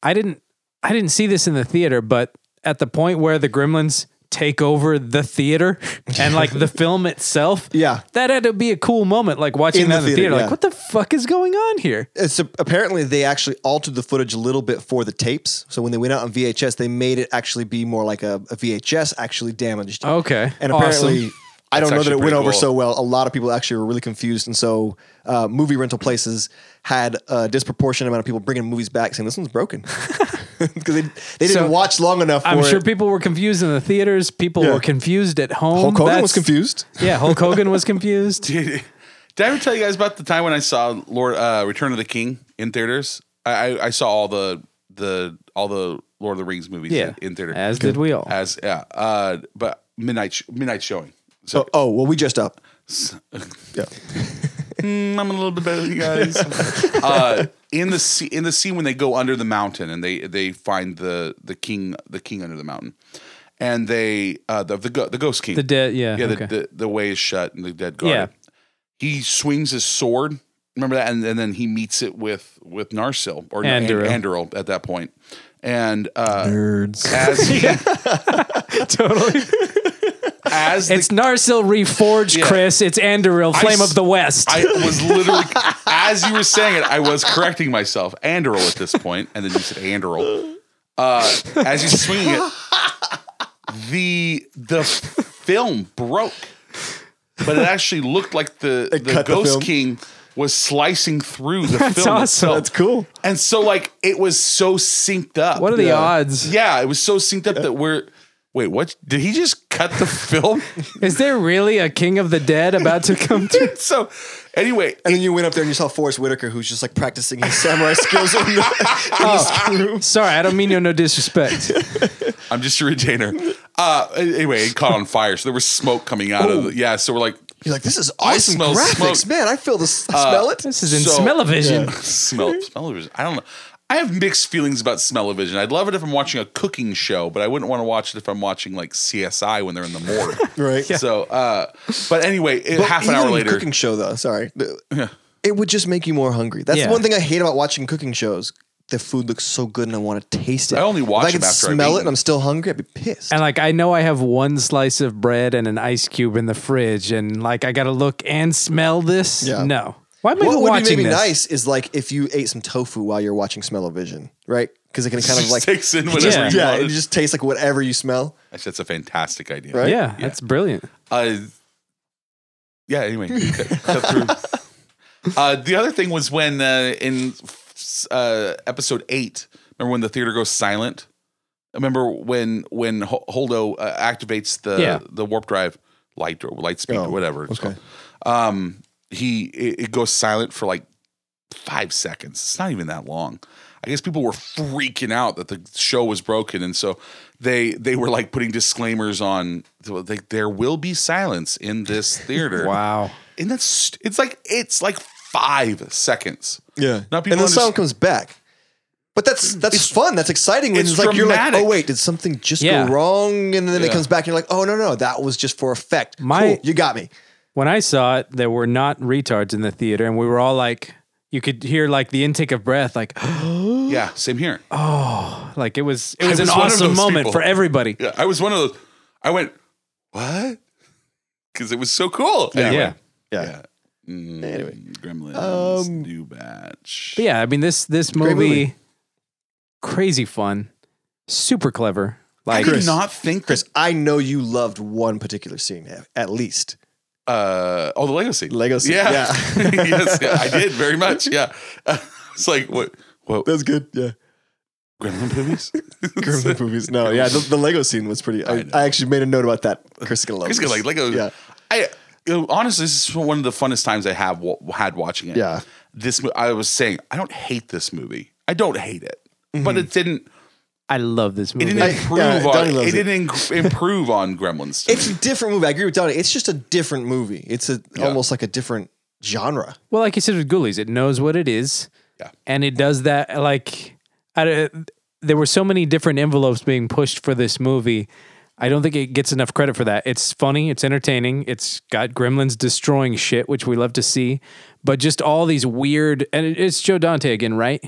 I didn't I didn't see this in the theater, but at the point where the gremlins take over the theater and like the film itself,
Yeah.
that had to be a cool moment. Like watching
In
that
the
in the
theater,
theater,
yeah.
like what the fuck is going on here?
it's apparently they actually altered the footage a little bit for the tapes. So when they went out on VHS, they made it actually be more like a, a VHS actually damaged.
Okay.
And apparently,
Awesome.
I
That's
don't know
actually
that it went
pretty
over
cool.
so well. A lot of people actually were really confused, and so uh, movie rental places had a disproportionate amount of people bringing movies back saying this one's broken because they, they didn't
So,
watch long enough. For
I'm sure
it.
people were confused in the theaters. People
Yeah.
were confused at home.
Hulk Hogan
That's-
was confused.
Yeah, Hulk Hogan was confused.
Did, did I ever tell you guys about the time when I saw Lord uh, Return of the King in theaters? I, I, I saw all the the all the Lord of the Rings movies
Yeah,
in, in theater.
as did we all.
As yeah, uh, but midnight sh- midnight showing.
So, oh well, we just up. Yeah.
Mm, I'm a little bit better than you guys. uh, in the sce- in the scene when they go under the mountain and they they find the the king the king under the mountain, and they uh, the the, go- the ghost king
The dead, yeah,
yeah
okay.
the, the the way is shut and the dead guard.
Yeah.
he swings his sword. Remember that, and, and then he meets it with with Narsil or An-
Anduril.
Anduril at that point, and uh, as he,
totally.
as the
It's Narsil Reforged,
Yeah.
Chris. It's Andoril,
I
Flame
s-
of the West.
I was literally, as you were saying it, I was correcting myself. Anderl at this point, and then you said Anderl. Uh, as you swing it, the the film broke, but it actually looked like the the
cut the
Ghost
film.
King was slicing through the
That's
film.
awesome.
itself.
That's cool.
And so, like, it was so synced up.
what are the
Yeah.
odds?
Yeah, it was so synced up that we're. Wait, what? Did he just cut the film?
Is there really a King of the Dead about to come to?
so, anyway,
And then you went up there and you saw Forrest Whitaker, who's just like practicing his samurai skills in the, in
Oh,
the screen room.
Sorry, I don't mean you no disrespect.
I'm just a retainer. Uh, anyway, it caught on fire, so there was smoke coming out of the yeah. So we're like,
You're like, this is
I
awesome
smell
graphics,
smoke.
man. I feel this. I
Uh,
smell it.
This is in
So-
smell-o-vision.
smell, smell vision. I don't know. I have mixed feelings about smell-o-vision. I'd love it if I'm watching a cooking show, but I wouldn't want to watch it if I'm watching like CSI when they're in the morgue.
Right.
So, uh, but anyway, it,
But
half an
even
hour
in
later,
Cooking show though. Sorry. It would just make you more hungry. That's
Yeah.
the one thing I hate about watching cooking shows. The food looks so good, and I want to taste it.
I only watch
if I
them
can
after I've
smell
eaten.
it, and I'm still hungry. I'd be pissed.
And like I know I have one slice of bread and an ice cube in the fridge, and like I gotta look and smell this.
Yeah.
No. Why am I
what
even
would be
watching
maybe
this?
nice is like if you ate some tofu while you're watching Smell-O-Vision, right? Because it can kind of
Just
like
takes in
it
whatever
just-
you
yeah,
want.
it just tastes like whatever you smell.
Actually, that's a fantastic idea.
Right?
Yeah, that's brilliant.
Uh, yeah. Anyway, cut- cut through. Uh, the other thing was when uh, in uh, episode eight, remember when the theater goes silent? Remember when when Ho- Holdo uh, activates the
Yeah.
the warp drive light or light speed
Oh,
or whatever it's
okay.
called. Um, he it, it goes silent for like five seconds. It's not even that long. I guess people were freaking out that the show was broken, and so they they were like putting disclaimers on. Like there will be silence in this theater.
Wow.
and that's st- it's like it's like five seconds.
Yeah.
Now people
and the
understand-
sound comes back. But that's that's fun. That's exciting when
it's
it's, like you're like,
dramatic.
oh wait, did something just
Yeah.
go wrong? And then
Yeah.
it comes back and you're like, oh no, no, that was just for effect.
My-
cool, you got me.
When I saw it, there were not retards in the theater, and we were all like, you could hear like the intake of breath, like,
Yeah, same here.
Oh.
like it was it
I
was
was
an
one of
awesome
those
moment
people.
for everybody.
Yeah, I was one of those. I went, what? Because it was so cool. Anyway.
Yeah.
Yeah.
anyway, Mm, Gremlins,
Um,
new batch.
But yeah, I mean this this movie,
Great movie.
crazy fun, super clever.
I
Like
did not think
Chris,
that.
I know you loved one particular scene at- at least.
Uh, oh, the Lego scene.
Lego scene,
Yeah.
yeah.
yes, yeah, I did very much. Yeah. it's like what? What?
That's good. Yeah.
Gremlin movies.
Gremlin movies. No, yeah. The, the Lego scene was pretty. I, I, actually made a note about that. Chris is gonna love.
He's gonna like
this.
Lego.
Yeah.
I you know, honestly, this is one of the funnest times I have wa- had watching it.
Yeah.
This mo- I was saying I don't hate this movie. I don't hate it, but it didn't.
I love this
It
movie.
didn't
Mm-hmm. I-
improve
yeah,
on.
Donnie
It,
loves it.
didn't inc- improve on Gremlins. to
It's a different movie. I agree with Donnie. It's just a different movie. It's a almost like a different genre.
well, like you said with Ghoulies, it knows what it is,
Yeah.
and it does that. Like I, don't- there were so many different envelopes being pushed for this movie. I don't think it gets enough credit for that. It's funny, it's entertaining, it's got gremlins destroying shit, which we love to see, but just all these weird and it- it's Joe Dante again, right?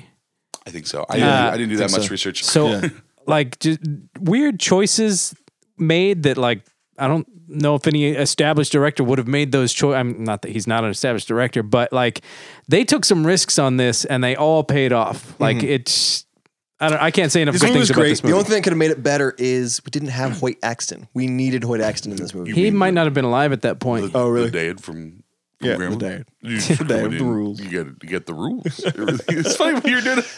I think so. I, didn't, do- I didn't do that much research.
So like just weird choices made that like I don't know if any established director would have made those choices. I'm not that he's not an established director, but like they took some risks on this and they all paid off. Like it's I don't I can't say enough good things about this
The
movie.
only thing that could have made it better is we didn't have Hoyt Axton. We needed Hoyt Axton in this movie.
he might not have been alive at that point.
Oh, really?
The dad from. from
Yeah, the
Gremlins.
dad.
You just
The dad
go
of
in,
the rules.
You get, you get the rules. it's funny when you're doing it.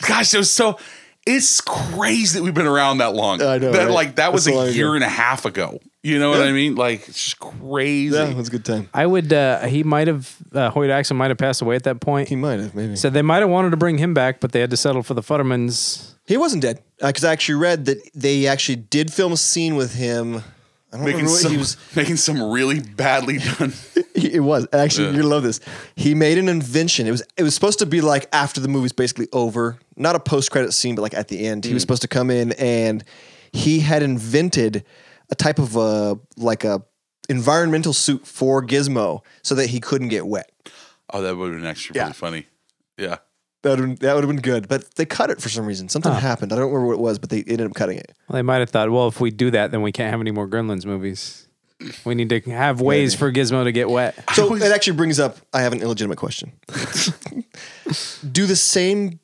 Gosh, it was so. It's crazy that we've been around that long.
I know,
That
right?
like that was
That's
a
long
year
ago.
and a half ago. You know what I mean? Like it's just crazy.
Yeah, it was a good time.
I would uh he might have uh, Hoyt Axel might have passed away at that point.
He might have maybe.
so they might have wanted to bring him back, but they had to settle for the Futtermans.
he wasn't dead because I actually read that they actually did film a scene with him. I don't
making
remember what
some
he was.
making some really badly done.
It was actually
Yeah.
you love this. He made an invention. It was it was supposed to be like after the movie's basically over, not a post credit scene, but like at the end, he was supposed to come in and he had invented a type of a like a environmental suit for Gizmo so that he couldn't get wet.
Oh, that would have been actually
Yeah.
really funny. Yeah.
That would that would have been good, but they cut it for some reason. Something happened. I don't remember what it was, but they ended up cutting it.
Well, they might have thought, well, if we do that, then we can't have any more Gremlins movies. We need to have ways for Gizmo to get wet.
So it actually brings up I have an illegitimate question. Do the same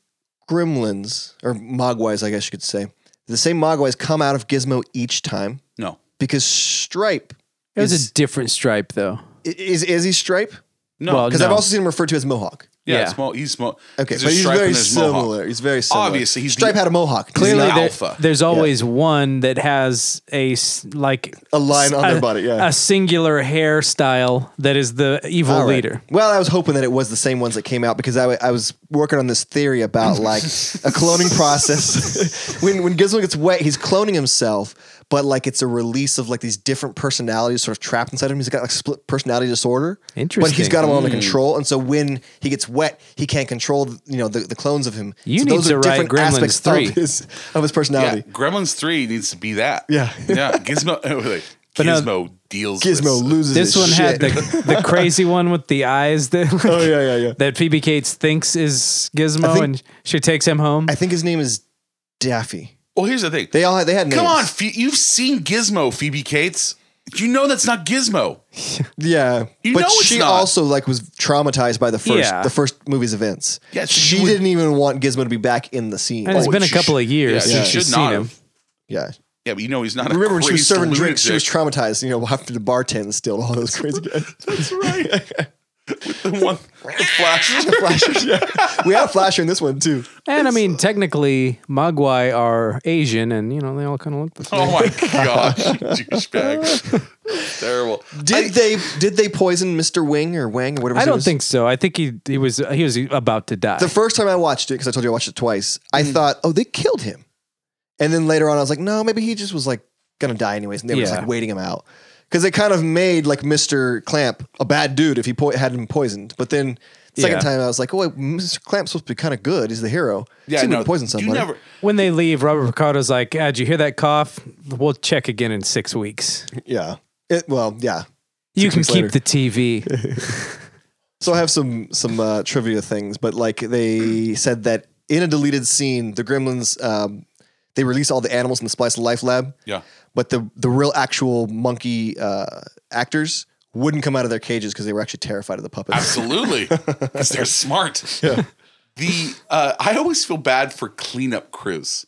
gremlins or mogwais, I guess you could say, the same mogwais come out of Gizmo each time?
No.
Because Stripe
It was
It's-
a different stripe, though.
i- is is he Stripe?
Uh, No.
Well,
Because I've
No.
also seen him referred to as Mohawk.
yeah,
yeah.
Small. He's small.
Okay,
There's a
but he's
stripe and
very
there's mohawk.
similar. He's very similar.
Obviously, he's
Stripe
the-
had a Mohawk.
Clearly
He's
the
not-
there-
alpha.
there's always one that has a s- like
A line on
s-
their
a-
body, yeah.
a singular hairstyle that is the evil
All right.
leader.
Well, I was hoping that it was the same ones that came out because I, wa- I was working on this theory about like a cloning process. when when Gizmo gets wet, he's cloning himself, but like it's a release of like these different personalities sort of trapped inside him. He's got like split personality disorder. But he's
Interesting. Hmm.
got them all under control, and so when he gets wet, he can't control you know the, the clones of him.
You
so
need to write Gremlins three.
of his of his
Yeah.
personality.
Gremlins three needs to be that.
Yeah.
yeah. Gizmo. Like,
But no-
Gizmo deals.
Gizmo
with,
loses.
This
his
one had
shit.
the, the crazy one with the eyes that like,
Oh yeah, yeah, yeah.
that Phoebe Cates thinks is Gizmo,
I think-
and she takes him home.
I think his name is Daffy.
Well, here's the thing.
They all had, they had names.
Come on, Phe- you've seen Gizmo, Phoebe Cates. You know that's not Gizmo.
Yeah,
You
but
know it's
she
not.
also like was traumatized by the first
Yeah.
the first movie's events.
Yeah, so
she
you would-
didn't even want Gizmo to be back in the scene.
and it's
Oh,
been a
she
couple
sh-
of years
yeah,
since
she
she's
should
seen
not
him.
have.
yeah.
Yeah, but you know he's not. a
Remember when she was
crazed
serving drinks, she was
lunatic.
traumatized. You know, after the bartend still all those crazy guys.
That's right. the one the flash.
The flashers. We had a flasher in this one too.
And I mean, technically, Mogwai are Asian, and you know they all kind of look the same.
Oh my gosh, you douchebag! Terrible.
Did they did they poison Mr. Wing or Wang or whatever?
I
his name
don't
is?
think so. I think he he was he was about to die.
The first time I watched it, because I told you I watched it twice, I
Mm.
thought, oh, they killed him. And then later on, I was like, no, maybe he just was like gonna die anyways, and they were just
Yeah.
like waiting him out because they kind of made like Mister Clamp a bad dude if he po- had him poisoned. But then the second
Yeah.
time, I was like, oh, wait, Mister Clamp's supposed to be kind of good. He's the hero.
Yeah,
so he
no,
wouldn't poison somebody.
You never.
when they leave, Robert Ricardo's like, ah, "Did you hear that cough? We'll check again in six weeks.
Yeah. It, well, yeah.
you can
weeks
keep
later.
the TV."
So I have some some uh, trivia things, but like they said that in a deleted scene, the Gremlins um, they release all the animals in the Splice of Life lab.
Yeah.
but the the real actual monkey uh, actors wouldn't come out of their cages because they were actually terrified of the puppets.
Absolutely. Because they're smart. The uh, I always feel bad for cleanup crews.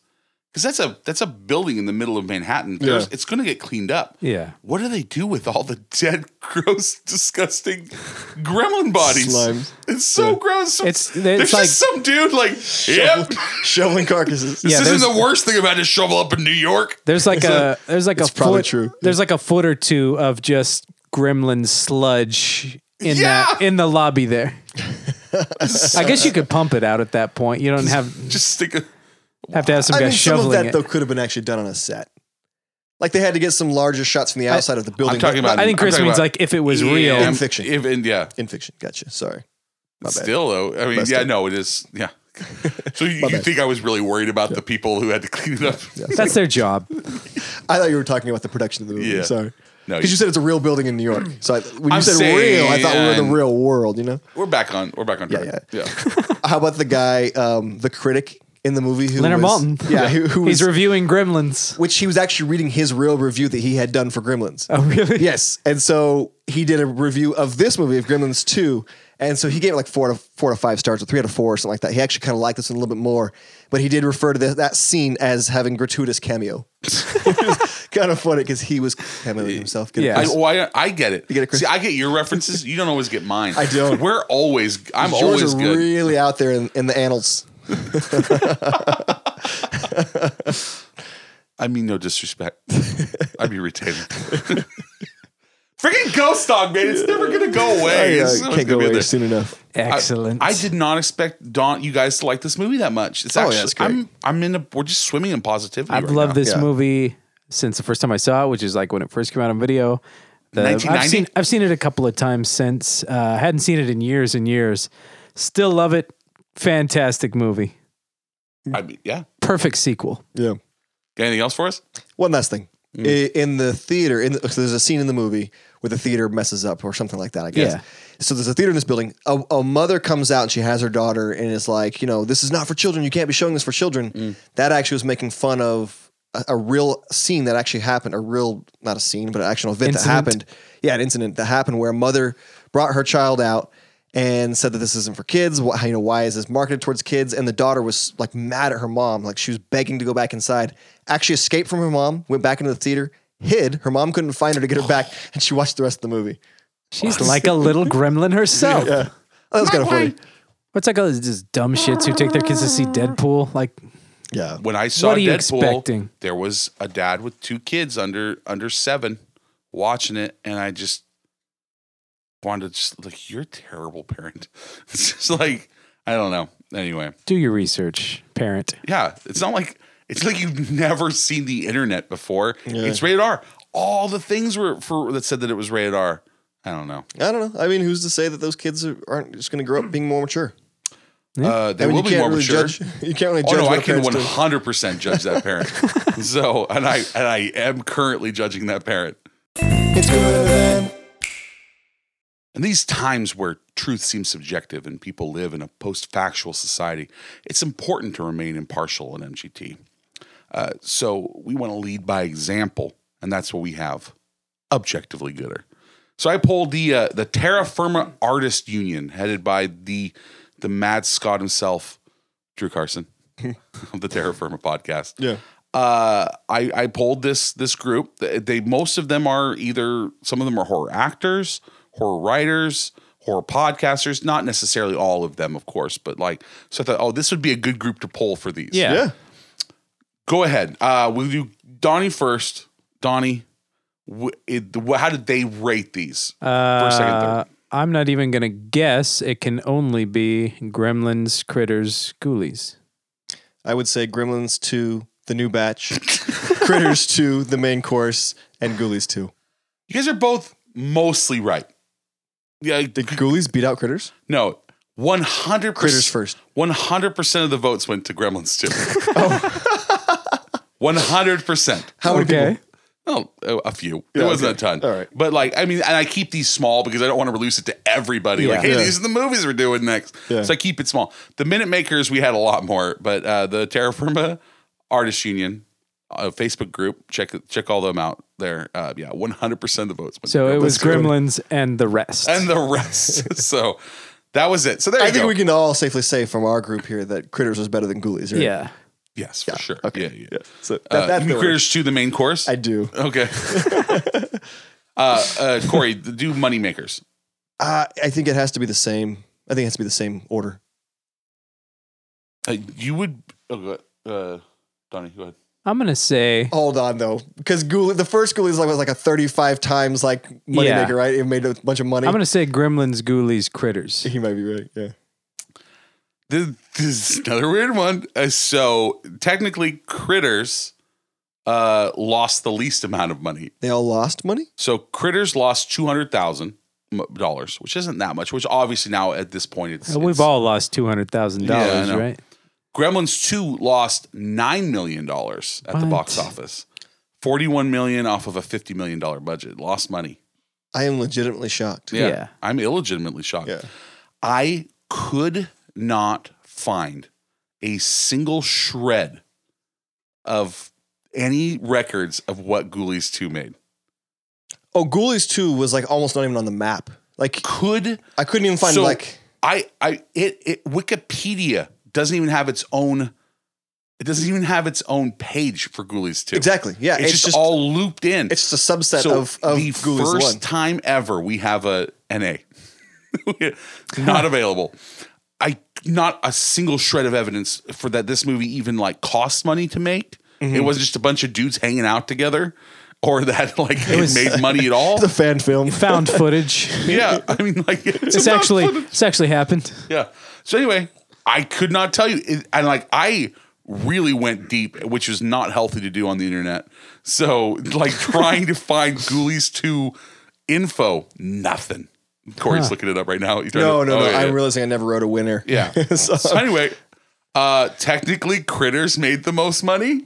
Because that's a that's a building in the middle of Manhattan. There's, It's gonna get cleaned up.
Yeah.
What do they do with all the dead, gross, disgusting gremlin bodies?
Slimes.
It's so gross. Some-
It's- it's
there's
like-
just some dude like, yep.
Shoveling carcasses.
Yeah,
this
there's-
isn't the worst thing about to shovel up in New York.
There's like a there's like a
it's probably
foot,
true.
There's like a foot or two of just gremlin sludge in that
Yeah.
in the lobby there. I guess you could pump it out at that point. You don't have
Just stick a
have to have some
I
guy
mean, some
shoveling
of that
it.
though could have been actually done on a set. Like they had to get some larger shots from the outside of the building.
I'm talking
but
about
not
I think
I'm
Chris
talking
means
about-
like if it was real.
Yeah,
fiction.
If, in, yeah.
in fiction. Gotcha. Sorry. My bad.
Still though, I mean,
Busted.
yeah, no, it is. Yeah. So you, you
bad.
think I was really worried about the people who had to clean it up?
That's their job.
I thought you were talking about the production of the movie.
Yeah.
Sorry.
No,
because
you-
you said it's a real building in New York. So I, when you
I'm
said real, I thought we were in
saying-
the real world. You know.
We're back on. We're back on track. Yeah.
yeah. How about the guy, um, the critic in the movie who
Leonard
was,
Maltin.
Yeah, who, who
He's
was,
reviewing gremlins.
which he was actually reading his real review that he had done for Gremlins.
Oh really?
Yes, and so he did a review of this movie of Gremlins Two, and so he gave it like four to four to five stars or three out of four or something like that. He actually kind of liked this one a little bit more, but he did refer to this, that scene as having gratuitous cameo. it was kind of funny because he was cameoing himself. Get it,
Yeah.
I,
Chris?
oh, I, I get it.
You get it, Chris?
See, I get your references. You don't always get mine.
I don't.
We're always. I'm
Yours
always
are
good.
really out there in, in the annals.
I mean, no disrespect. I'd be retaining. Freaking ghost dog, man! It's never gonna go away.
I, uh,
It's always gonna
can't go
be
away
there.
soon enough.
Excellent.
I did not expect Don, you guys to like this movie that much. It's
Oh, yeah,
actually,
it's great.
I'm, I'm in a, we're just swimming in positivity.
I've
right
loved
now.
this
Yeah.
movie since the first time I saw it, which is like when it first came out on video. The- I've
1990?
seen I've seen it a couple of times since. Uh, hadn't seen it in years and years. Still love it. Fantastic movie.
I mean, yeah.
Perfect sequel.
Yeah.
Got anything else for us?
One last thing.
Mm.
I- In the theater, in the, so there's a scene in the movie where the theater messes up or something like that, I guess.
Yeah.
So there's a theater in this building. A, a mother comes out and she has her daughter and is like, you know, this is not for children. You can't be showing this for children.
Mm.
That actually was making fun of a, a real scene that actually happened, a real, not a scene, but an actual event that
Incident.
happened. Yeah, an incident that happened where a mother brought her child out and said that this isn't for kids. Why, you know, why is this marketed towards kids? And the daughter was like mad at her mom, like she was begging to go back inside. Actually, escaped from her mom, went back into the theater, hid. Her mom couldn't find her to get her back, and she watched the rest of the movie.
She's like a little gremlin herself.
That was kind of funny.
What's like all these just dumb shits who take their kids to see Deadpool? Like
Yeah.
When I saw
What are you
Deadpool,
expecting?
there was a dad with two kids under under seven watching it, and I just wanted to just like you're a terrible parent. It's just like I don't know. Anyway,
do your research, parent.
yeah, it's not like it's like you've never seen the internet before. It's rated R. All the things were for that said that it was rated R. I don't know.
I don't know. I mean, who's to say that those kids are- aren't just going to grow up being more mature?
Uh, they
I mean,
will be more
really
mature.
judge. You can't really
Oh
judge.
no,
what
I
a
can
parent's
one
doing.
hundred percent judge that parent. so, and I and I am currently judging that parent. In these times where truth seems subjective and people live in a post factual society, it's important to remain impartial in MGT. Uh, so we want to lead by example, and that's what we have objectively gooder. So I polled the uh, the Terra Firma Artist Union, headed by the the Mad Scott himself, Drew Carson of the Terra Firma podcast.
Yeah.
Uh, I, I polled this this group. They, they most of them are either some of them are horror actors, horror writers, horror podcasters. Not necessarily all of them, of course, but like, so I thought, oh, this would be a good group to pull for these.
Yeah. Yeah.
Go ahead. Uh, we'll do Donnie first. Donnie, wh- it, wh- how did they rate these? first, second,
Uh,
third.
I'm not even gonna guess. It can only be Gremlins, Critters, Ghoulies.
I would say Gremlins 2, The New Batch, Critters 2, The Main Course, and Ghoulies 2.
You guys are both mostly right. Yeah,
Did Ghoulies beat out Critters?
no, one hundred
Critters first.
One hundred percent of the votes went to Gremlins too.
Oh.
One hundred percent.
How many
Okay.
people?
Oh, a a few. It
Yeah,
wasn't
okay.
a ton.
All right.
But like, I mean, and I keep these small because I don't want to release it to everybody. Like,
Yeah.
hey,
Yeah.
these are the movies we're doing next.
Yeah.
So I keep it small. The Minute Makers, we had a lot more, but uh, the Terra Firma Artist Union uh, Facebook group, check check all them out there. Uh, yeah, one hundred percent of the votes. went to
So it
Gremlins.
was Gremlins and the rest.
and the rest. so that was it. So there you
I think
go.
we can all safely say from our group here that Critters was better than Ghoulies, right?
yeah.
yes, for sure. Yeah, yeah.
So that,
Uh,
that's
you
the
mean
word.
critters to the main course.
I do.
Okay. uh, uh, Corey, do moneymakers.
Uh, I think it has to be the same. I think it has to be the same order.
Uh, you would. Oh, go ahead. Uh, Donnie, go ahead.
I'm gonna say
Hold on though, because Ghoulie, the first Ghoulies like was like a thirty-five times like moneymaker,
Yeah.
right? It made a bunch of money.
I'm gonna say Gremlins, Ghoulies, Critters.
he might be right. Yeah.
This, this is another weird one. Uh, so technically, critters uh, lost the least amount of money.
They all lost money.
So critters lost two hundred thousand dollars, which isn't that much. Which obviously now at this point, it's
Uh, We've
it's-
all lost two hundred thousand
Yeah, I
dollars,
know.
right?
Gremlins 2 lost 9 million dollars at the
What?
box office. 41 million off of a 50 million dollar budget. Lost money.
I am legitimately shocked.
Yeah.
Yeah.
I'm illegitimately shocked.
Yeah.
I could not find a single shred of any records of what Ghoulies 2 made.
Oh, Ghoulies two was like almost not even on the map. Like
Could
I couldn't even find
So-
like
I I it it Wikipedia doesn't even have its own it doesn't even have its own page for Ghoulies 2.
exactly. Yeah,
It's, just, all looped in.
It's just a subset of of
the
Ghoulies
first
one.
time ever we have a NA not available. I not a single shred of evidence for that this movie even like cost money to make.
Mm-hmm.
It was just a bunch of dudes hanging out together, or that like it,
was-
made money at all.
the fan film.
Found footage.
yeah, I mean like it's
This
not
actually,
fun.
this actually happened.
yeah. So anyway, I could not tell you, It- and like I really went deep, which was not healthy to do on the internet. So like trying to find Ghoulies two info, nothing. Corey's looking it up right now. He's trying
No,
to-
no,
oh,
no.
yeah,
I'm
yeah.
realizing I never wrote a winner.
Yeah.
So-
So anyway, uh, technically, Critters made the most money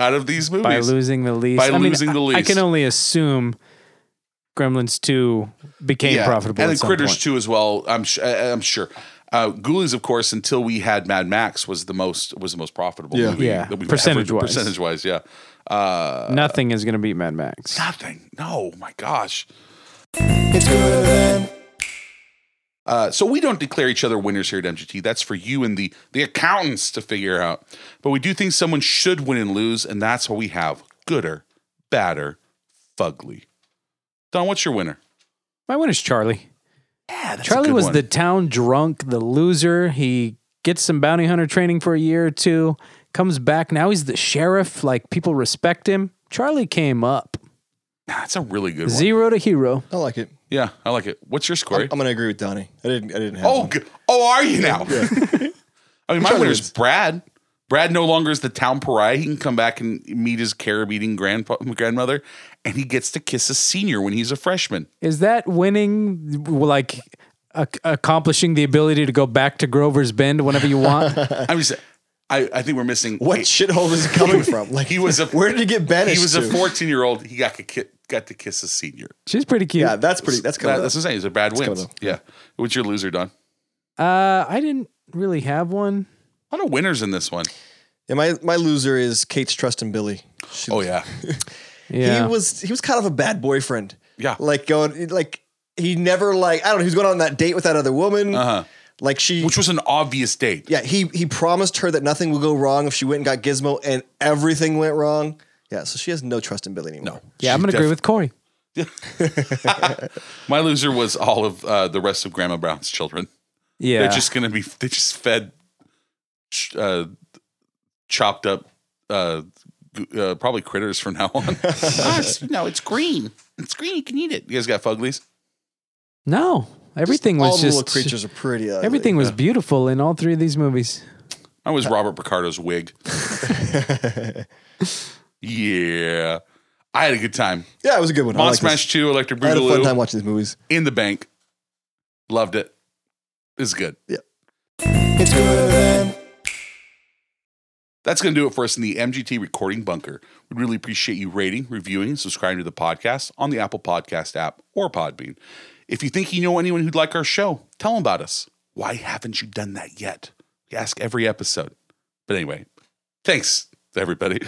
out of these movies.
by losing the least.
By
I mean,
losing the
I- I
least.
can only assume Gremlins Two became profitable.
and
at
then
some
Critters
point.
two as well. I'm sh- I- I'm sure. Uh, Ghoulies, of course, until we had Mad Max, was the most was the most profitable
Yeah.
movie
Yeah.
that we've
Percentage-wise.
percentage wise, yeah. Uh,
Nothing is going to beat Mad Max.
nothing. No, my gosh. Uh, so we don't declare each other winners here at MGT. That's for you and the the accountants to figure out. But we do think someone should win and lose, and that's why we have gooder, badder, fugly. Don, what's your winner?
My winner's Charlie.
that's a
Charlie
good
was
one.
the town drunk, the loser. He gets some bounty hunter training for a year or two, comes back. Now he's the sheriff. Like people respect him. Charlie came up
That's a really good one.
zero to hero.
I like it.
Yeah, I like it. What's your
I'm,
score?
I'm gonna agree with Donnie. I didn't. I didn't have.
Oh,
one.
g- oh, are you now? I mean, my
Charlie
winner's
wins.
Brad. Brad no longer is the town pariah. He can come back and meet his carob eating grandpa- grandmother, and he gets to kiss a senior when he's a freshman.
Is that winning? Like ac- accomplishing the ability to go back to Grover's Bend whenever you want?
I'm just, I, I think we're missing.
what shithole is it coming from? Like
He was a.
Where did he get banished?
He was a
to?
14 year old. He got to ki- got to kiss a senior.
She's pretty cute.
Yeah, that's pretty. That's kind
That, that's
of.
what I'm saying. So Brad
coming
wins.
up.
Yeah. What's your loser, Don?
Uh, I didn't really have one.
A lot of winners in this one.
Yeah, my my loser is Kate's trust in Billy. She-
Oh yeah.
Yeah.
He was he was kind of a bad boyfriend.
Yeah.
Like going like he never like I don't know he was going on that date with that other woman.
Uh huh.
Like she.
Which was an obvious date.
yeah, he he promised her that nothing would go wrong if she went and got Gizmo, and everything went wrong. Yeah, so she has no trust in Billy anymore.
No.
yeah, I'm
She
gonna
def-
agree with Corey.
My loser was all of uh, the rest of Grandma Brown's children.
Yeah.
They're just gonna be. They just fed ch- uh, chopped up, uh, g- uh, probably critters from now on. Ah, it's- no, it's green. It's green. You can eat it. You guys got fuglies?
no, everything
All
was
the little
just
creatures are pretty ugly.
Everything was beautiful in all three of these movies.
I
Uh,
was Robert Picardo's wig. yeah, I had a good time.
Yeah, it was a good one. I
Mon
like this.
Smash Two, Electric
I had a fun time
Boogaloo,
watching these movies.
in the bank. Loved it. It's good.
It's good.
That's going to do it for us in the MGT recording bunker. We'd really appreciate you rating, reviewing, and subscribing to the podcast on the Apple Podcast app or Podbean. If you think you know anyone who'd like our show, tell them about us. Why haven't you done that yet? We ask every episode. But anyway, thanks to everybody.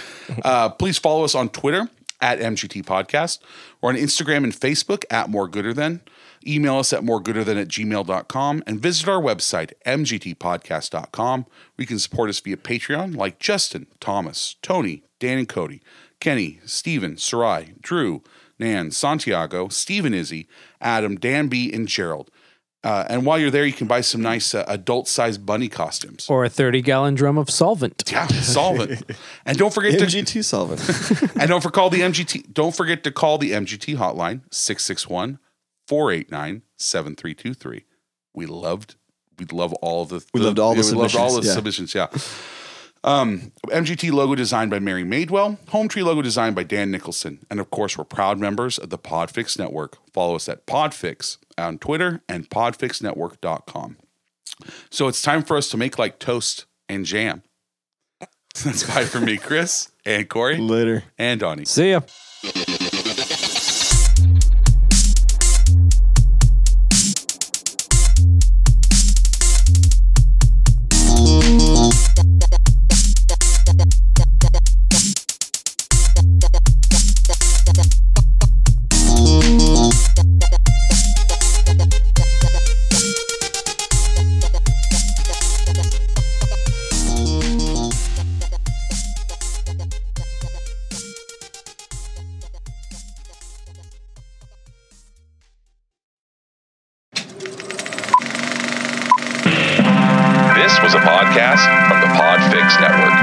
Uh, please follow us on Twitter at MGT Podcast or on Instagram and Facebook at More Gooder Than. Email us at moregooderthan at gmail.com and visit our website, mgtpodcast.com. We can support us via Patreon like Justin, Thomas, Tony, Dan and Cody, Kenny, Steven, Sarai, Drew, Nan, Santiago, Stephen Izzy, Adam, Dan B, and Gerald. Uh, and while you're there, you can buy some nice uh, adult-sized bunny costumes
Or a 30 gallon drum of solvent.
yeah, solvent. and don't forget to
MGT solvent.
and don't forget the MGT. Don't forget to call the MGT hotline 661-489-7323. We loved we love all of the
We loved all the
we loved all the
submissions,
submissions, yeah. Um, MGT logo designed by Mary Madewell, Home Tree logo designed by Dan Nicholson, and of course, we're proud members of the Podfix Network. Follow us at Podfix on Twitter and podfixnetwork.com. So it's time for us to make like toast and jam. That's bye for me, Chris and Corey
Later.
and Donnie.
See ya.
This was a podcast from the Podfix Network.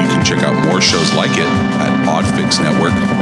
You can check out more shows like it at Podfix Network.